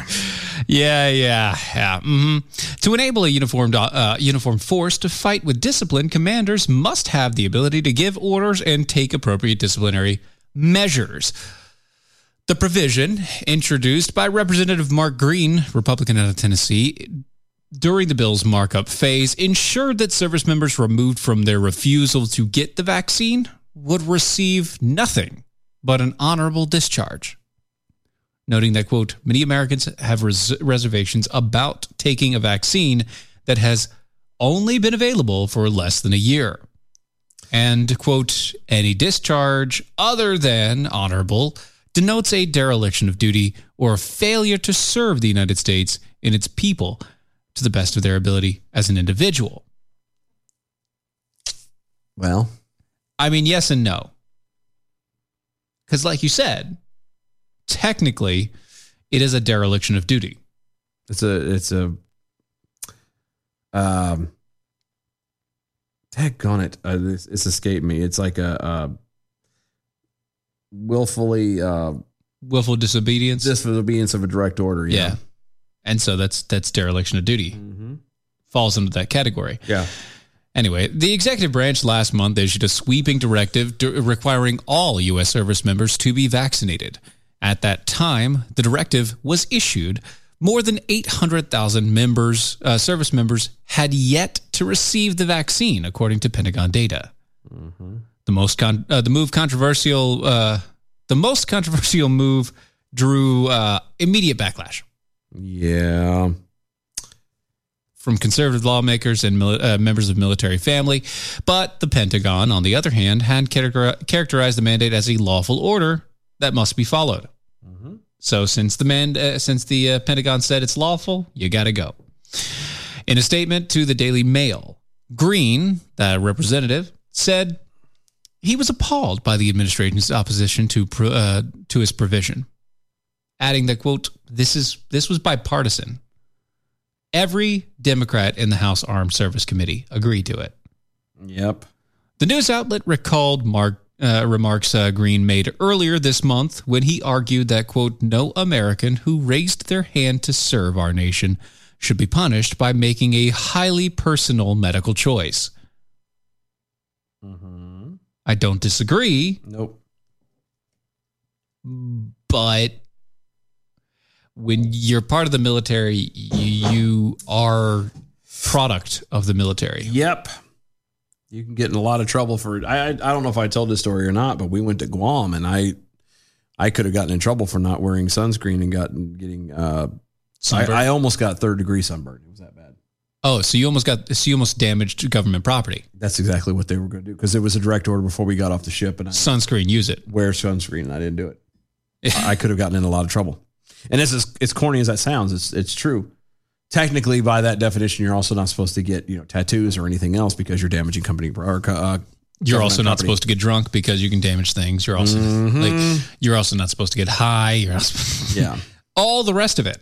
Yeah, yeah, yeah. hmm To enable a uniformed uh, uniformed force to fight with discipline, commanders must have the ability to give orders and take appropriate disciplinary measures. The provision introduced by Representative Mark Green, Republican out of Tennessee, during the bill's markup phase ensured that service members removed from their refusal to get the vaccine would receive nothing but an honorable discharge noting that, quote, many Americans have res- reservations about taking a vaccine that has only been available for less than a year. And, quote, any discharge other than honorable denotes a dereliction of duty or a failure to serve the United States and its people to the best of their ability as an individual. Well, I mean, yes and no. Because, like you said, technically, it is a dereliction of duty. it's a it's a um daggone it uh, this, it's escaped me. It's like a uh willfully uh willful disobedience disobedience of a direct order. yeah. Yeah. and so that's that's dereliction of duty falls into that category Yeah. anyway the executive branch last month issued a sweeping directive d- requiring all u.s service members to be vaccinated at that time the directive was issued more than 800000 members uh, service members had yet to receive the vaccine according to pentagon data the most con- uh, the move controversial uh, the most controversial move drew uh, immediate backlash Yeah. from conservative lawmakers and mili- uh, members of military family, but the Pentagon, on the other hand, had character- characterized the mandate as a lawful order that must be followed. So since the man, uh, since the uh, Pentagon said it's lawful, you got to go. In a statement to the Daily Mail, Green, the representative, said he was appalled by the administration's opposition to pro- uh, to his provision, adding that quote this is this was bipartisan. Every Democrat in the House Armed Service Committee agreed to it. Yep. The news outlet recalled Mark, uh, remarks uh, Green made earlier this month when he argued that, quote, no American who raised their hand to serve our nation should be punished by making a highly personal medical choice. I don't disagree, Nope. but when you're part of the military, y- you are product of the military. Yep. You can get in a lot of trouble for I I I don't know if I told this story or not, but we went to Guam and I I could have gotten in trouble for not wearing sunscreen and gotten getting uh I, Sunburn? I almost got third degree sunburn. It was that bad. Oh, so you almost got so you almost damaged government property. That's exactly what they were going to do because there was a direct order before we got off the ship. And I, sunscreen, use it. Wear sunscreen. And I didn't do it. I could have gotten in a lot of trouble. And it's as it's corny as that sounds. It's it's true. Technically, by that definition, you're also not supposed to get you know tattoos or anything else because you're damaging company pro- or uh, You're also not property. supposed to get drunk because you can damage things. You're also like you're also not supposed to get high. You're not supposed, yeah. All the rest of it.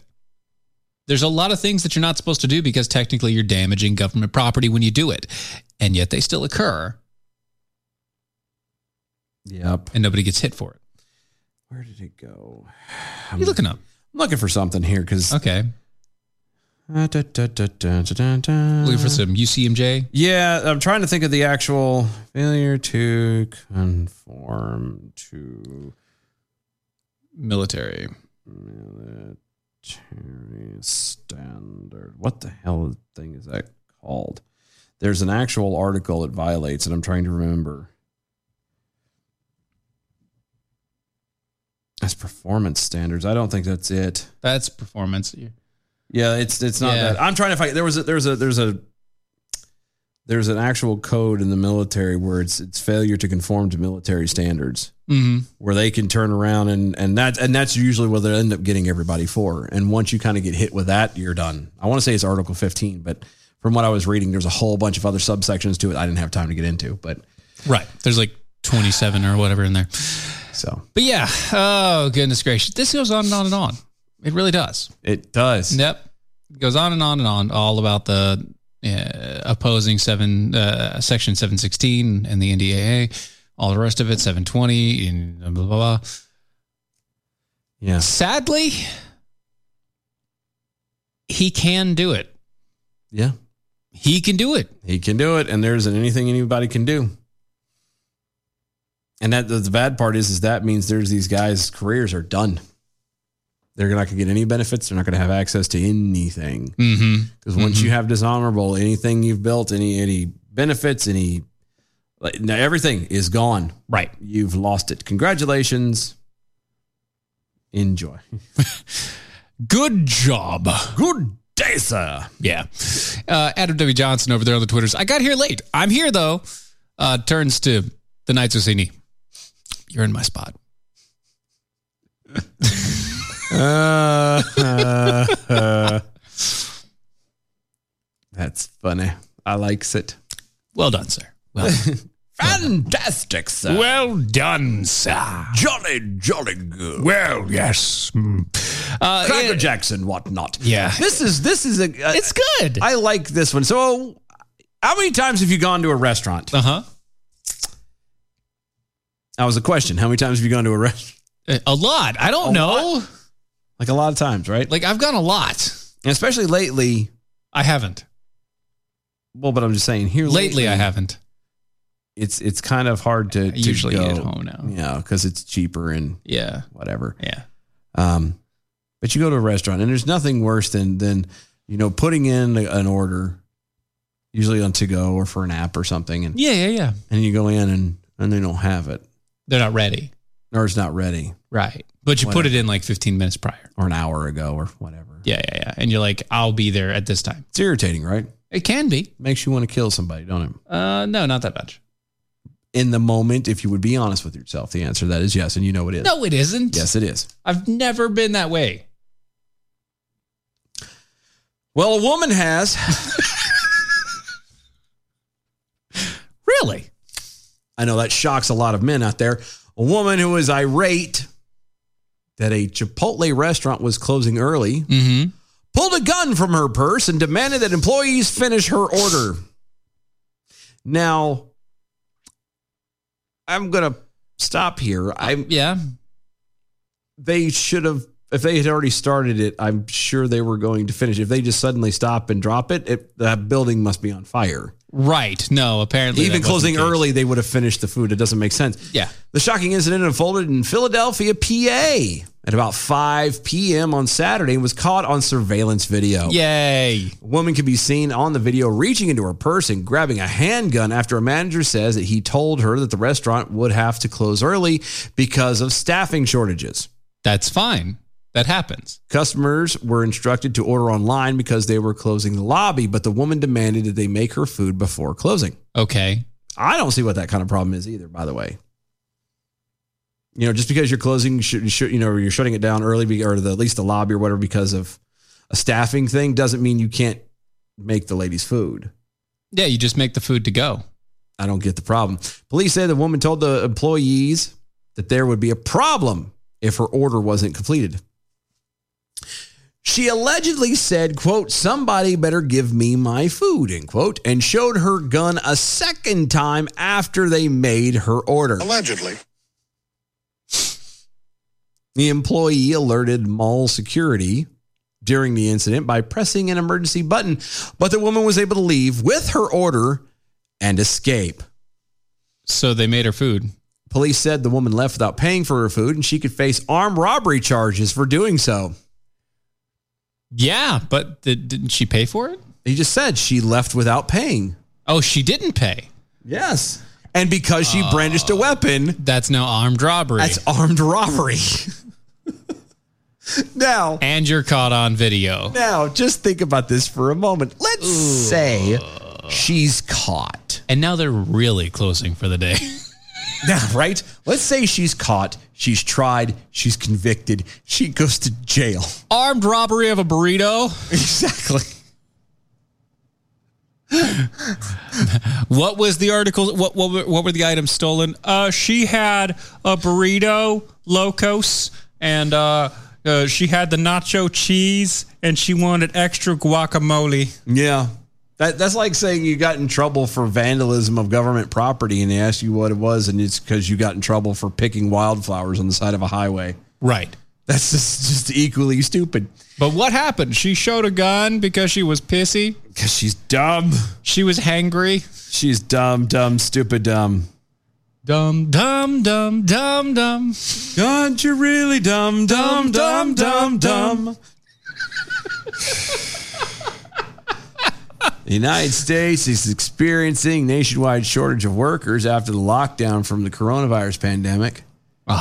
There's a lot of things that you're not supposed to do because technically you're damaging government property when you do it, and yet they still occur. Yep. And nobody gets hit for it. Where did it go? you looking up? I'm looking for something here because okay. Looking Looking for some UCMJ. Yeah, I'm trying to think of the actual failure to conform to military military standard. What the hell thing is that called? There's an actual article it violates, and I'm trying to remember. That's performance standards. I don't think that's it. That's performance. Yeah, it's it's not Yeah. that. I'm trying to find. There was a, there's a there's a there's an actual code in the military where it's it's failure to conform to military standards, Mhm. where they can turn around and and that and that's usually what they end up getting everybody for. And once you kind of get hit with that, you're done. I want to say it's Article 15, but from what I was reading, there's a whole bunch of other subsections to it. I didn't have time to get into, but Right. There's like 27 or whatever in there. So, but yeah. Oh, goodness gracious. This goes on and on and on. It really does. It does. Yep. It goes on and on and on, all about the uh, opposing seven, uh, section 716 and the NDAA, all the rest of it, 720, and blah, blah, blah. Yeah. Sadly, he can do it. yeah, he can do it. He can do it, and there isn't anything anybody can do. And that the, the bad part is, is that means there's these guys' careers are done. They're not going to get any benefits. They're not going to have access to anything. Mm-hmm. Because once you have dishonorable, anything you've built, any any benefits, any like, now everything is gone. Right, you've lost it. Congratulations. Enjoy. Good job. Good day, sir. Yeah. Uh, Adam W. Johnson over there on the Twitters. I got here late. I'm here though. Uh, turns to the Knights of Sydney. You're in my spot. Uh, uh, uh. That's funny. I likes it. Well done, sir. Well, fantastic, sir. Well done, sir. Jolly, jolly good. Well, yes. Uh, Cracker Jacks and whatnot. Yeah. This is this is a. a It's good. I like this one. So, how many times have you gone to a restaurant? Uh huh. That was the question. How many times have you gone to a restaurant? A lot. I don't know. Like a lot of times, right? Like I've gone a lot, and especially lately. I haven't. Well, but I'm just saying here Lately, I haven't. It's it's kind of hard to, to usually eat go, at home now. Yeah, because it's cheaper and yeah, whatever. Yeah. Um, but you go to a restaurant and there's nothing worse than than you know putting in a- an order, usually on to go or for an app or something, and Yeah, yeah, yeah. and you go in and and they don't have it They're not ready. or it's not ready Right. But you put Whatever. it in like 15 minutes prior. or an hour ago or whatever. Yeah, yeah, yeah. And you're like, I'll be there at this time. It's irritating, right? It can be. Makes you want to kill somebody, don't it? Uh, no, not that much. In the moment, if you would be honest with yourself, the answer to that is yes, and you know it is. No, it isn't. Yes, it is. I've never been that way. Well, a woman has. really? I know that shocks a lot of men out there. A woman who was irate that a Chipotle restaurant was closing early Mm-hmm. pulled a gun from her purse and demanded that employees finish her order. Now, I'm going to stop here. I Yeah. they should have if they had already started it, I'm sure they were going to finish. If they just suddenly stop and drop it, it that building must be on fire. Right. No, apparently. Even that wasn't closing the case. early, they would have finished the food. It doesn't make sense. Yeah. The shocking incident unfolded in Philadelphia, PA at about 5 p.m. on Saturday and was caught on surveillance video. Yay. A woman can be seen on the video reaching into her purse and grabbing a handgun after a manager says that he told her that the restaurant would have to close early because of staffing shortages. That's fine. That happens. Customers were instructed to order online because they were closing the lobby, but the woman demanded that they make her food before closing. Okay. I don't see what that kind of problem is either, by the way. You know, just because you're closing, sh- sh- you know, you're shutting it down early be- or the, at least the lobby or whatever because of a staffing thing doesn't mean you can't make the ladies food. Yeah, you just make the food to go. I don't get the problem. Police say the woman told the employees that there would be a problem if her order wasn't completed. She allegedly said, quote, somebody better give me my food, end quote, and showed her gun a second time after they made her order. Allegedly. The employee alerted mall security during the incident by pressing an emergency button, but the woman was able to leave with her order and escape. So they made her food. Police said the woman left without paying for her food and she could face armed robbery charges for doing so. Yeah, but the, didn't she pay for it? He just said she left without paying. Oh, she didn't pay. Yes. And because she brandished a weapon, that's now armed robbery. That's armed robbery. now, and you're caught on video. Now, just think about this for a moment. Let's say she's caught. And now they're really closing for the day. now, right? Let's say she's caught, she's tried, she's convicted, she goes to jail. Armed robbery of a burrito? Exactly. what was the article? What, what, were- what were the items stolen? Uh, she had a burrito, locos, and uh, uh, she had the nacho cheese, and she wanted extra guacamole. Yeah. That, that's like saying you got in trouble for vandalism of government property and they asked you what it was and it's because you got in trouble for picking wildflowers on the side of a highway. Right. That's just, just equally stupid. But what happened? She showed a gun because she was pissy. Because she's dumb. She was hangry. She's dumb, dumb, stupid, dumb. Dumb, dumb, dumb, dumb, dumb. Aren't you really dumb, dumb, dumb, dumb, dumb? The United States is experiencing nationwide shortage of workers after the lockdown from the coronavirus pandemic.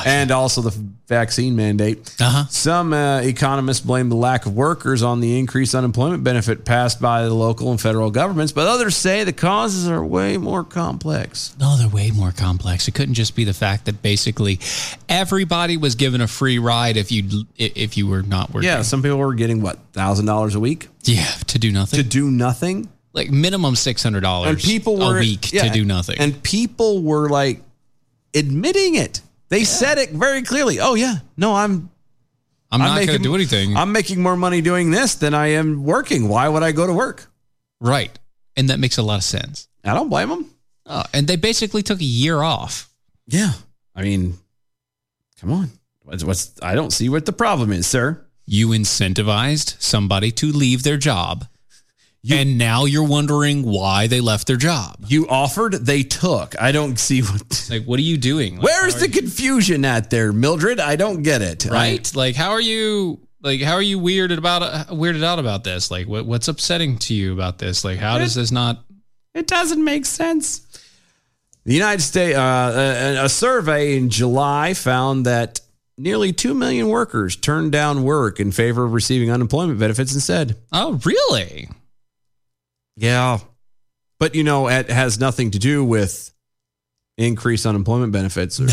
and also the vaccine mandate. Some uh, economists blame the lack of workers on the increased unemployment benefit passed by the local and federal governments, but others say the causes are way more complex. No, they're way more complex. It couldn't just be the fact that basically everybody was given a free ride if you if you were not working. Yeah, some people were getting what thousand dollars a week Yeah, to do nothing. to do nothing, like minimum six hundred dollars. and people were a week yeah, to do nothing. and people were like admitting it. They said it very clearly. Oh yeah, no, I'm I'm not going to making- do anything. I'm making more money doing this than I am working. Why would I go to work? right, and that makes a lot of sense. I don't blame them. Uh, and they basically took a year off. Yeah. I mean, come on. What's, what's I don't see what the problem is, sir. You incentivized somebody to leave their job, and now you're wondering why they left their job. You offered, they took. I don't see what. Like, what are you doing? Like, Where's how are the confusion at there, Mildred? I don't get it. I- right? like, how are you? Like, how are you weirded about uh, weirded out about this? Like, what what's upsetting to you about this? Like, how does this not? it doesn't make sense. The United States, uh, a, a survey in July found that nearly 2 million workers turned down work in favor of receiving unemployment benefits instead. Oh, really? Yeah. But, you know, it has nothing to do with increased unemployment benefits. Or,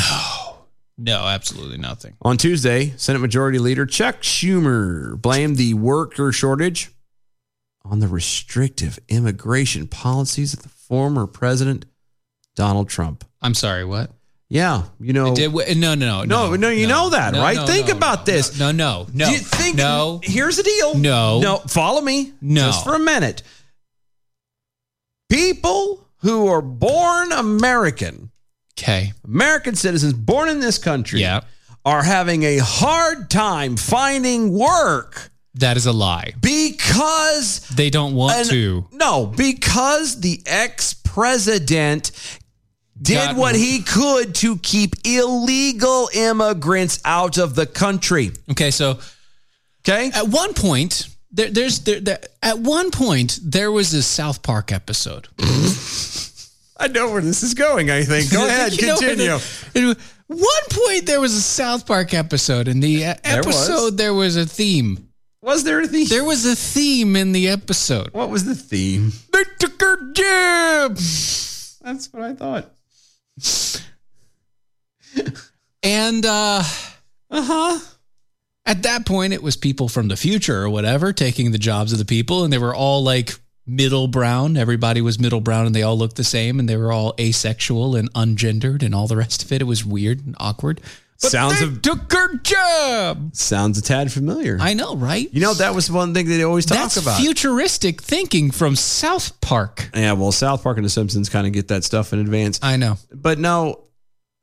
No, absolutely nothing. On Tuesday, Senate Majority Leader Chuck Schumer blamed the worker shortage on the restrictive immigration policies of the former president, Donald Trump. I'm sorry. What? Yeah, you know. Did we, no, no, no, Oh. no, no, you know that, No, right? no, think no, about no, this. No, no, no. Do you think? no? Here's the deal. No. No. Follow me. No. Just for a minute. People who are born American, Okay. American citizens born in this country, Yeah, are having a hard time finding work that is a lie. because They don't want an- to. No, because the ex president did Got- what he could to keep illegal immigrants out of the country. Okay, so Okay. at one point there, there's there, there at one point there was this South Park episode I know where this is going, I think. Go I ahead, think you know where continue. the- at one point, there was a South Park episode, and the uh, There was. episode there was a theme. Was there a theme? There was a theme in the episode. What was the theme? They took her jib. That's what I thought. And uh uh-huh. At that point it was people from the future or whatever taking the jobs of the people and they were all like middle brown. Everybody was middle brown and they all looked the same and they were all asexual and ungendered and all the rest of it. It was weird and awkward. But Sounds they of- took her job. Sounds a tad familiar. I know, right? You know, that was one thing that they always talk That's about. futuristic thinking from South Park. Yeah, well, South Park and The Simpsons kind of get that stuff in advance. I know, but no,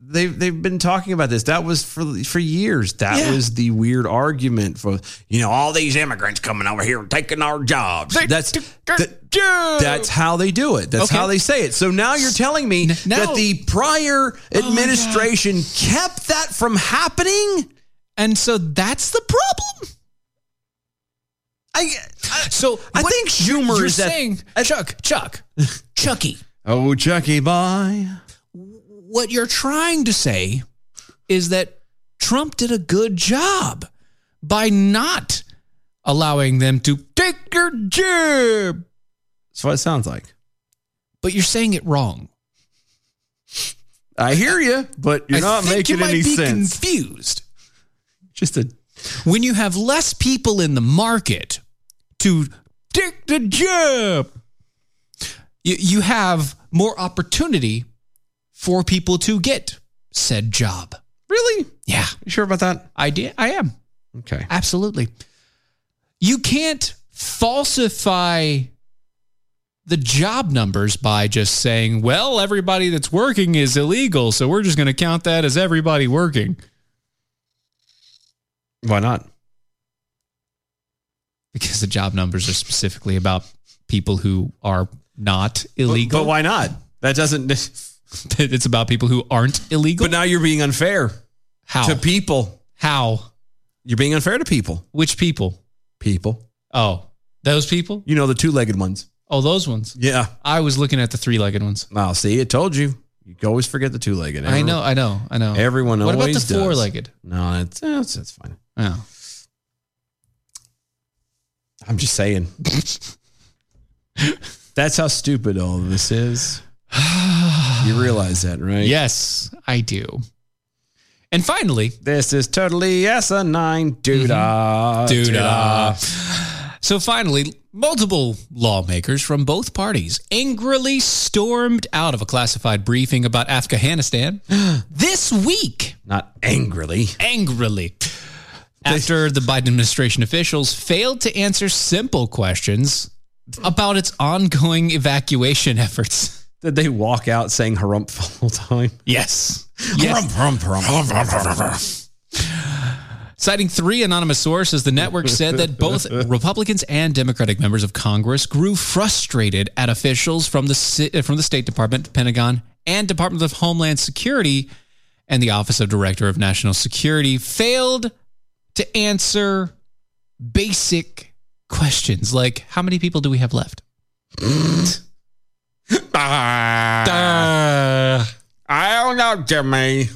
they've they've been talking about this. That was for for years. That was the weird argument for you know all these immigrants coming over here and taking our jobs. that's that- that's how they do it. That's Okay. how they say it. So now you're telling me now- that the prior Oh administration kept that from happening, and so that's the problem. I, so I think humor you're is that- saying Chuck, Chuck, Chucky. Oh, Chucky, bye. what you're trying to say is that Trump did a good job by not allowing them to take your job. That's what it sounds like. But you're saying it wrong. I hear you, but you're I not think making you might any be sense. Confused. Just a When you have less people in the market to take the job, you, you have more opportunity for people to get said job. Really? Yeah. You sure about that? I did. I am. Okay. Absolutely. You can't falsify the job numbers by just saying, well, everybody that's working is illegal, so we're just going to count that as everybody working. Why not? Because the job numbers are specifically about people who are not illegal. But why not? That doesn't. it's about people who aren't illegal. But now you're being unfair How? to people. How? You're being unfair to people. Which people? People. Oh, those people? You know the two-legged ones. Oh, those ones. Yeah. I was looking at the three legged ones. Wow. See, I told you. You always forget the two-legged. I know, I know, I know. Everyone What about always the does. four-legged? No, that's that's, that's fine. Oh. I'm just saying. that's how stupid all of this is. you realize that, right? Yes, I do. And finally, This is totally asinine, dude. Duda. So finally, multiple lawmakers from both parties angrily stormed out of a classified briefing about Afghanistan this week. Not angrily. Angrily. After the Biden administration officials failed to answer simple questions about its ongoing evacuation efforts. Did they walk out saying harumph the whole time? Yes. yes. Citing three anonymous sources, the network said that both Republicans and Democratic members of Congress grew frustrated at officials from the si- uh, from the State Department, Pentagon, and Department of Homeland Security, and the Office of Director of National Security failed to answer basic questions like how many people do we have left? Duh. I don't know, Jimmy.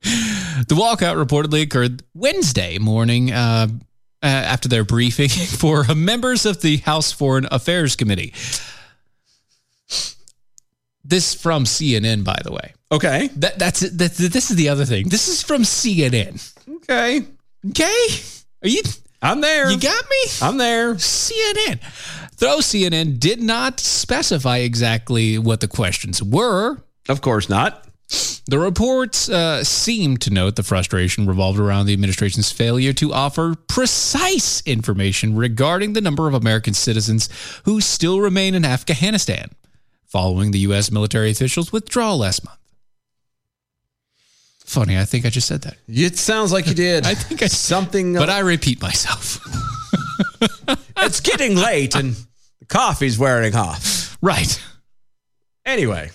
The walkout reportedly occurred Wednesday morning uh, uh, after their briefing for members of the House Foreign Affairs Committee. This from CNN, by the way. Okay. That, that's it. That, that- this is the other thing. This is from CNN. Okay. Okay, are you? I'm there. You got me. I'm there. CNN. Though CNN did not specify exactly what the questions were, Of course not. The reports uh, seem to note the frustration revolved around the administration's failure to offer precise information regarding the number of American citizens who still remain in Afghanistan following the U.S. military officials' withdrawal last month. Funny, I think I just said that. It sounds like you did. I think I something. But I repeat myself. it's getting late, and the coffee's wearing off. right. Anyway,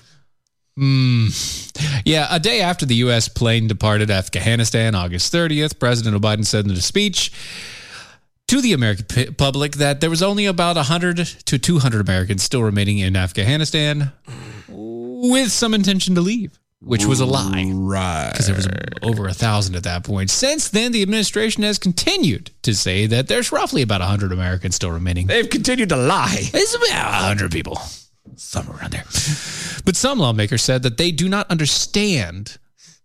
Hmm. Yeah, a day after the U.S. plane departed Afghanistan, August 30th, President Biden said in a speech, to the American p- public that there was only about 100 to 200 Americans still remaining in Afghanistan with some intention to leave, which was a lie. Right. Because there was over a thousand at that point. Since then, the administration has continued to say that there's roughly about 100 Americans still remaining. They've continued to lie. It's about 100 people, somewhere around there. But some lawmakers said that they do not understand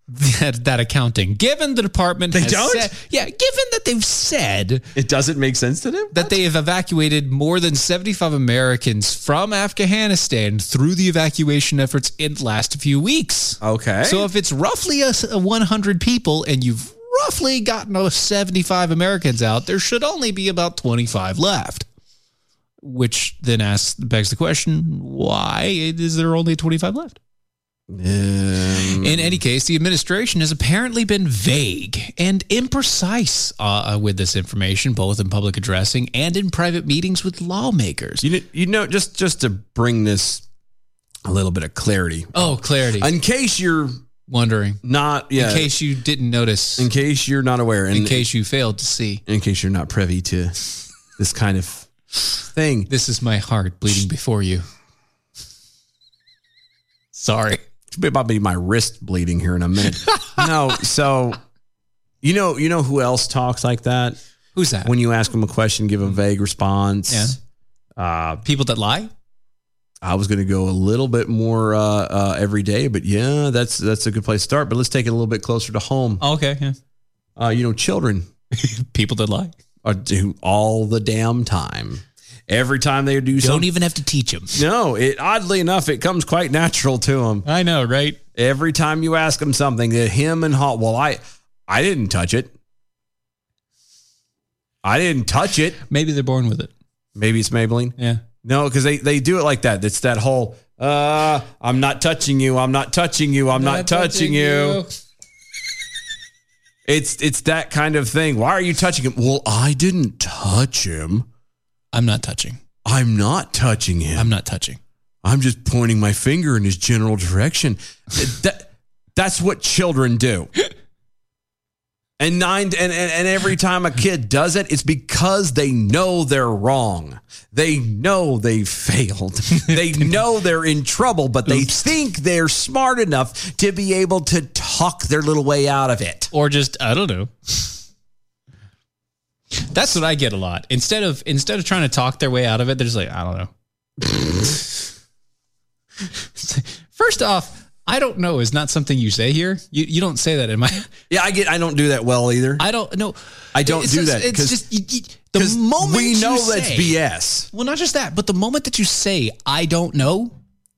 that, that accounting. Given the department, They has don't? said- yeah, given that they've said it doesn't make sense to them that they have evacuated more than seventy-five Americans from Afghanistan through the evacuation efforts in the last few weeks. Okay. so if it's roughly a, one hundred people and you've roughly gotten a seventy-five Americans out, there should only be about twenty-five left. Which then asks begs the question: Why is there only twenty-five left? Um, In any case, the administration has apparently been vague and imprecise uh, uh, with this information, both in public addressing and in private meetings with lawmakers. You know, you know, just just to bring this a little bit of clarity. Oh, clarity. In case you're wondering, not yeah, In case you didn't notice, in case you're not aware, in case you failed to see, in case you're not privy to this kind of thing. This is my heart bleeding before you. Sorry, should be about to be my wrist bleeding here in a minute. no, so you know, you know who else talks like that? Who's that? When you ask them a question, give a vague response. Yeah. Uh, people that lie. I was going to go a little bit more uh, uh, every day, but yeah, that's that's a good place to start. But let's take it a little bit closer to home. Oh, Okay, yeah. Uh, you know, children, people that lie, are do all the damn time. Every time they do, something, even have to teach them. No, it oddly enough, it comes quite natural to him. I know, right? Every time you ask him something, that him and Hall. Well, I, I didn't touch it. I didn't touch it. Maybe they're born with it. Maybe it's Maybelline. Yeah. No, because they they do it like that. It's that whole. Uh, I'm not touching you. I'm not touching you. I'm not, touching, you. It's it's that kind of thing. Why are you touching him? Well, I didn't touch him. I'm not touching. I'm not touching him. I'm not touching. I'm just pointing my finger in his general direction. that that's what children do. And nine and, and and every time a kid does it, it's because they know they're wrong. They know they failed. They know they're in trouble, but they think they're smart enough to be able to talk their little way out of it. or just I don't know. That's what I get a lot. Instead of instead of trying to talk their way out of it, they're just like I don't know. First off, I don't know is not something you say here. You you don't say that in my. Yeah, I get. I don't do that well either. I don't know. I don't It's do just- that It's 'cause- just you, you- the moment we you know that's say- BS. Well, not just that, but the moment that you say I don't know,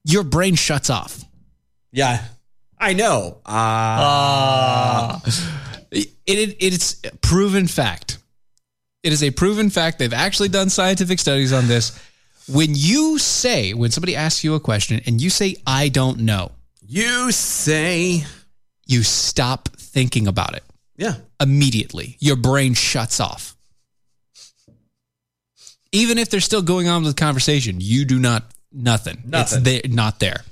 your brain shuts off. Yeah, I know. Ah. it, it, it's proven fact. It is a proven fact. They've actually done scientific studies on this. When you say, when somebody asks you a question and you say, I don't know, you say, you stop thinking about it. Yeah. Immediately, your brain shuts off. Even if they're still going on with the conversation, you do not, nothing. Nothing. It's there, not there.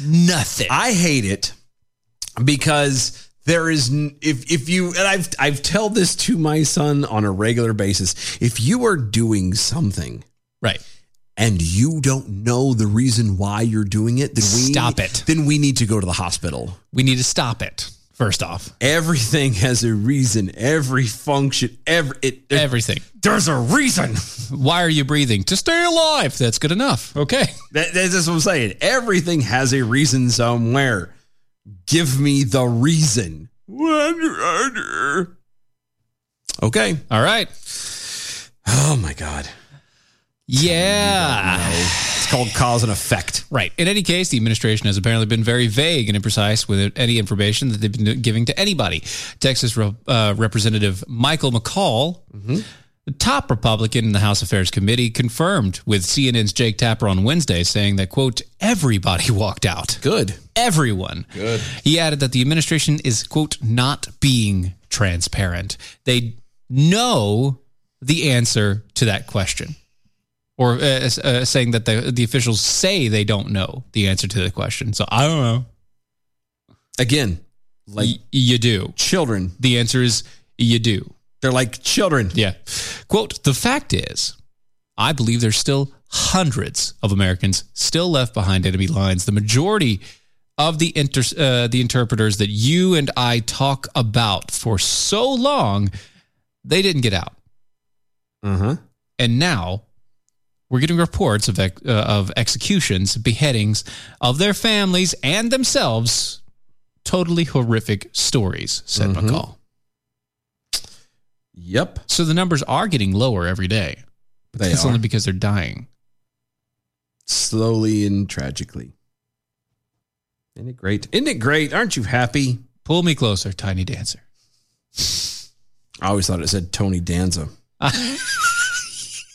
Nothing. I hate it because there is n- if if you and I've I've told this to my son on a regular basis. If you are doing something right and you don't know the reason why you're doing it, then we Stop it. Then we need to go to the hospital. We need to stop it. First off, everything has a reason. Every function, every it, everything. There's a reason. Why are you breathing? To stay alive. That's good enough. Okay. That, that's just what I'm saying. Everything has a reason somewhere. Give me the reason. Okay. All right. Oh my God. Yeah. It's called cause and effect. Right. In any case, the administration has apparently been very vague and imprecise with any information that they've been giving to anybody. Texas Rep- uh, Representative Michael McCall, the top Republican in the House Affairs Committee, confirmed with CNN's Jake Tapper on Wednesday, saying that, quote, everybody walked out. Good. Everyone. Good. He added that the administration is, quote, not being transparent. They know the answer to that question or uh, uh, saying that the the officials say they don't know the answer to the question. So I don't know. Again, like you do, children. The answer is you do. They're like children. Yeah. Quote The fact is, I believe there's still hundreds of Americans still left behind enemy lines. The majority of the inter- uh, the interpreters that you and I talk about for so long, they didn't get out. Uh-huh. And now we're getting reports of ex- uh, of executions, beheadings of their families and themselves. Totally horrific stories, said Mhm. McCall. Yep. So the numbers are getting lower every day. But They that's are. only because they're dying. Slowly and tragically. Isn't it great? Isn't it great? Aren't you happy? Pull me closer, Tiny Dancer. I always thought it said Tony Danza.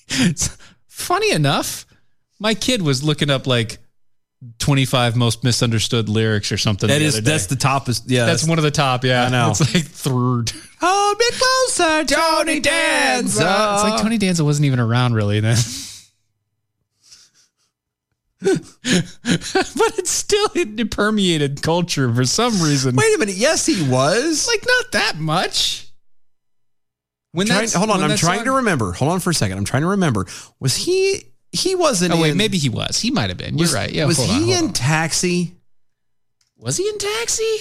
It's- funny enough, my kid was looking up like 25 most misunderstood lyrics or something. That the is other day. that's the top is yeah. that's, one of the top. Yeah, I know. It's like third. Hold me closer, Tony Danza. It's like Tony Danza wasn't even around really then. but it's still it permeated culture for some reason. Wait a minute. Yes, he was. Like not that much. When Trying- that's- hold on, when I'm that trying song- to remember. Hold on for a second. I'm trying to remember. Was he? He wasn't. Oh wait, in- maybe he was. He might have been. was- You're right. Yeah. was hold on, he hold in on. Taxi? Was he in Taxi?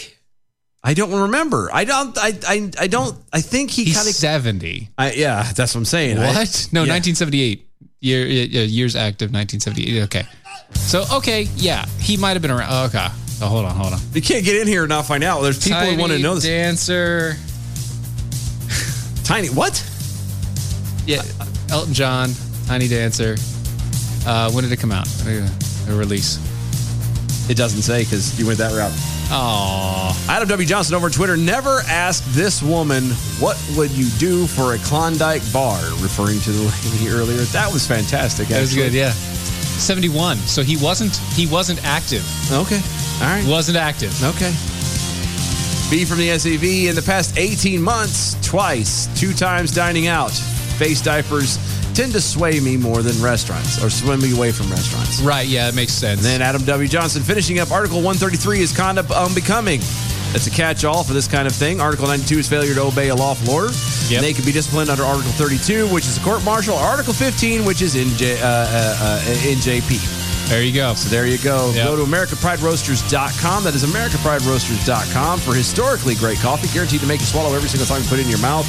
I don't remember. I don't. I. I. I don't. I think he He's kind of. 70. I, yeah, that's what I'm saying. I- What? No, yeah. 1978. Year, yeah, years active, 1978. Okay. So, okay, yeah, he might have been around. Okay. Oh, hold on, hold on. You can't get in here and not find out. There's people who want to Tiny know this. Dancer. Tiny. What? Yeah. Elton John, Tiny Dancer. Uh, when did it come out? Uh, A release. It doesn't say because you went that route. Oh. Adam W. Johnson over on Twitter never asked this woman, What would you do for a Klondike bar? referring to the lady earlier. That was fantastic. That was actually. good, yeah. 71. So he wasn't he wasn't active. Okay. All right. Wasn't active. Okay. B from the SAV in the past 18 months, twice, two times dining out. Face diapers tend to sway me more than restaurants or swim me away from restaurants. Right, yeah, it makes sense. And then Adam W. Johnson finishing up Article 133 is conduct unbecoming. That's a catch all for this kind of thing. Article 92 is failure to obey a lawful order. They can be disciplined under Article 32, which is a court martial, Article 15, which is NJ, uh, uh, uh, NJP. There you go. So there you go. Go to AmericaPrideRoasters.com. That is AmericaPrideRoasters.com for historically great coffee, guaranteed to make you swallow every single time you put it in your mouth.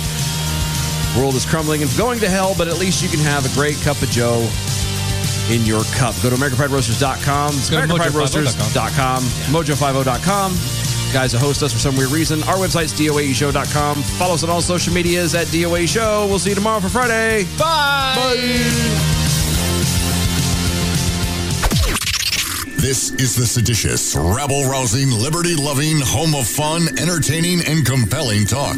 The world is crumbling and going to hell, but at least you can have a great cup of Joe in your cup. Go to AmericanPrideRoasters.com. It's Go to AmericanPrideRoasters.com. Mojo50.com. Guys that host us for some weird reason. Our website's DOAEShow.com. Follow us on all social medias at DOAE E Show. We'll see you tomorrow for Friday. Bye. This is the seditious, rabble rousing, liberty loving, home of fun, entertaining, and compelling talk.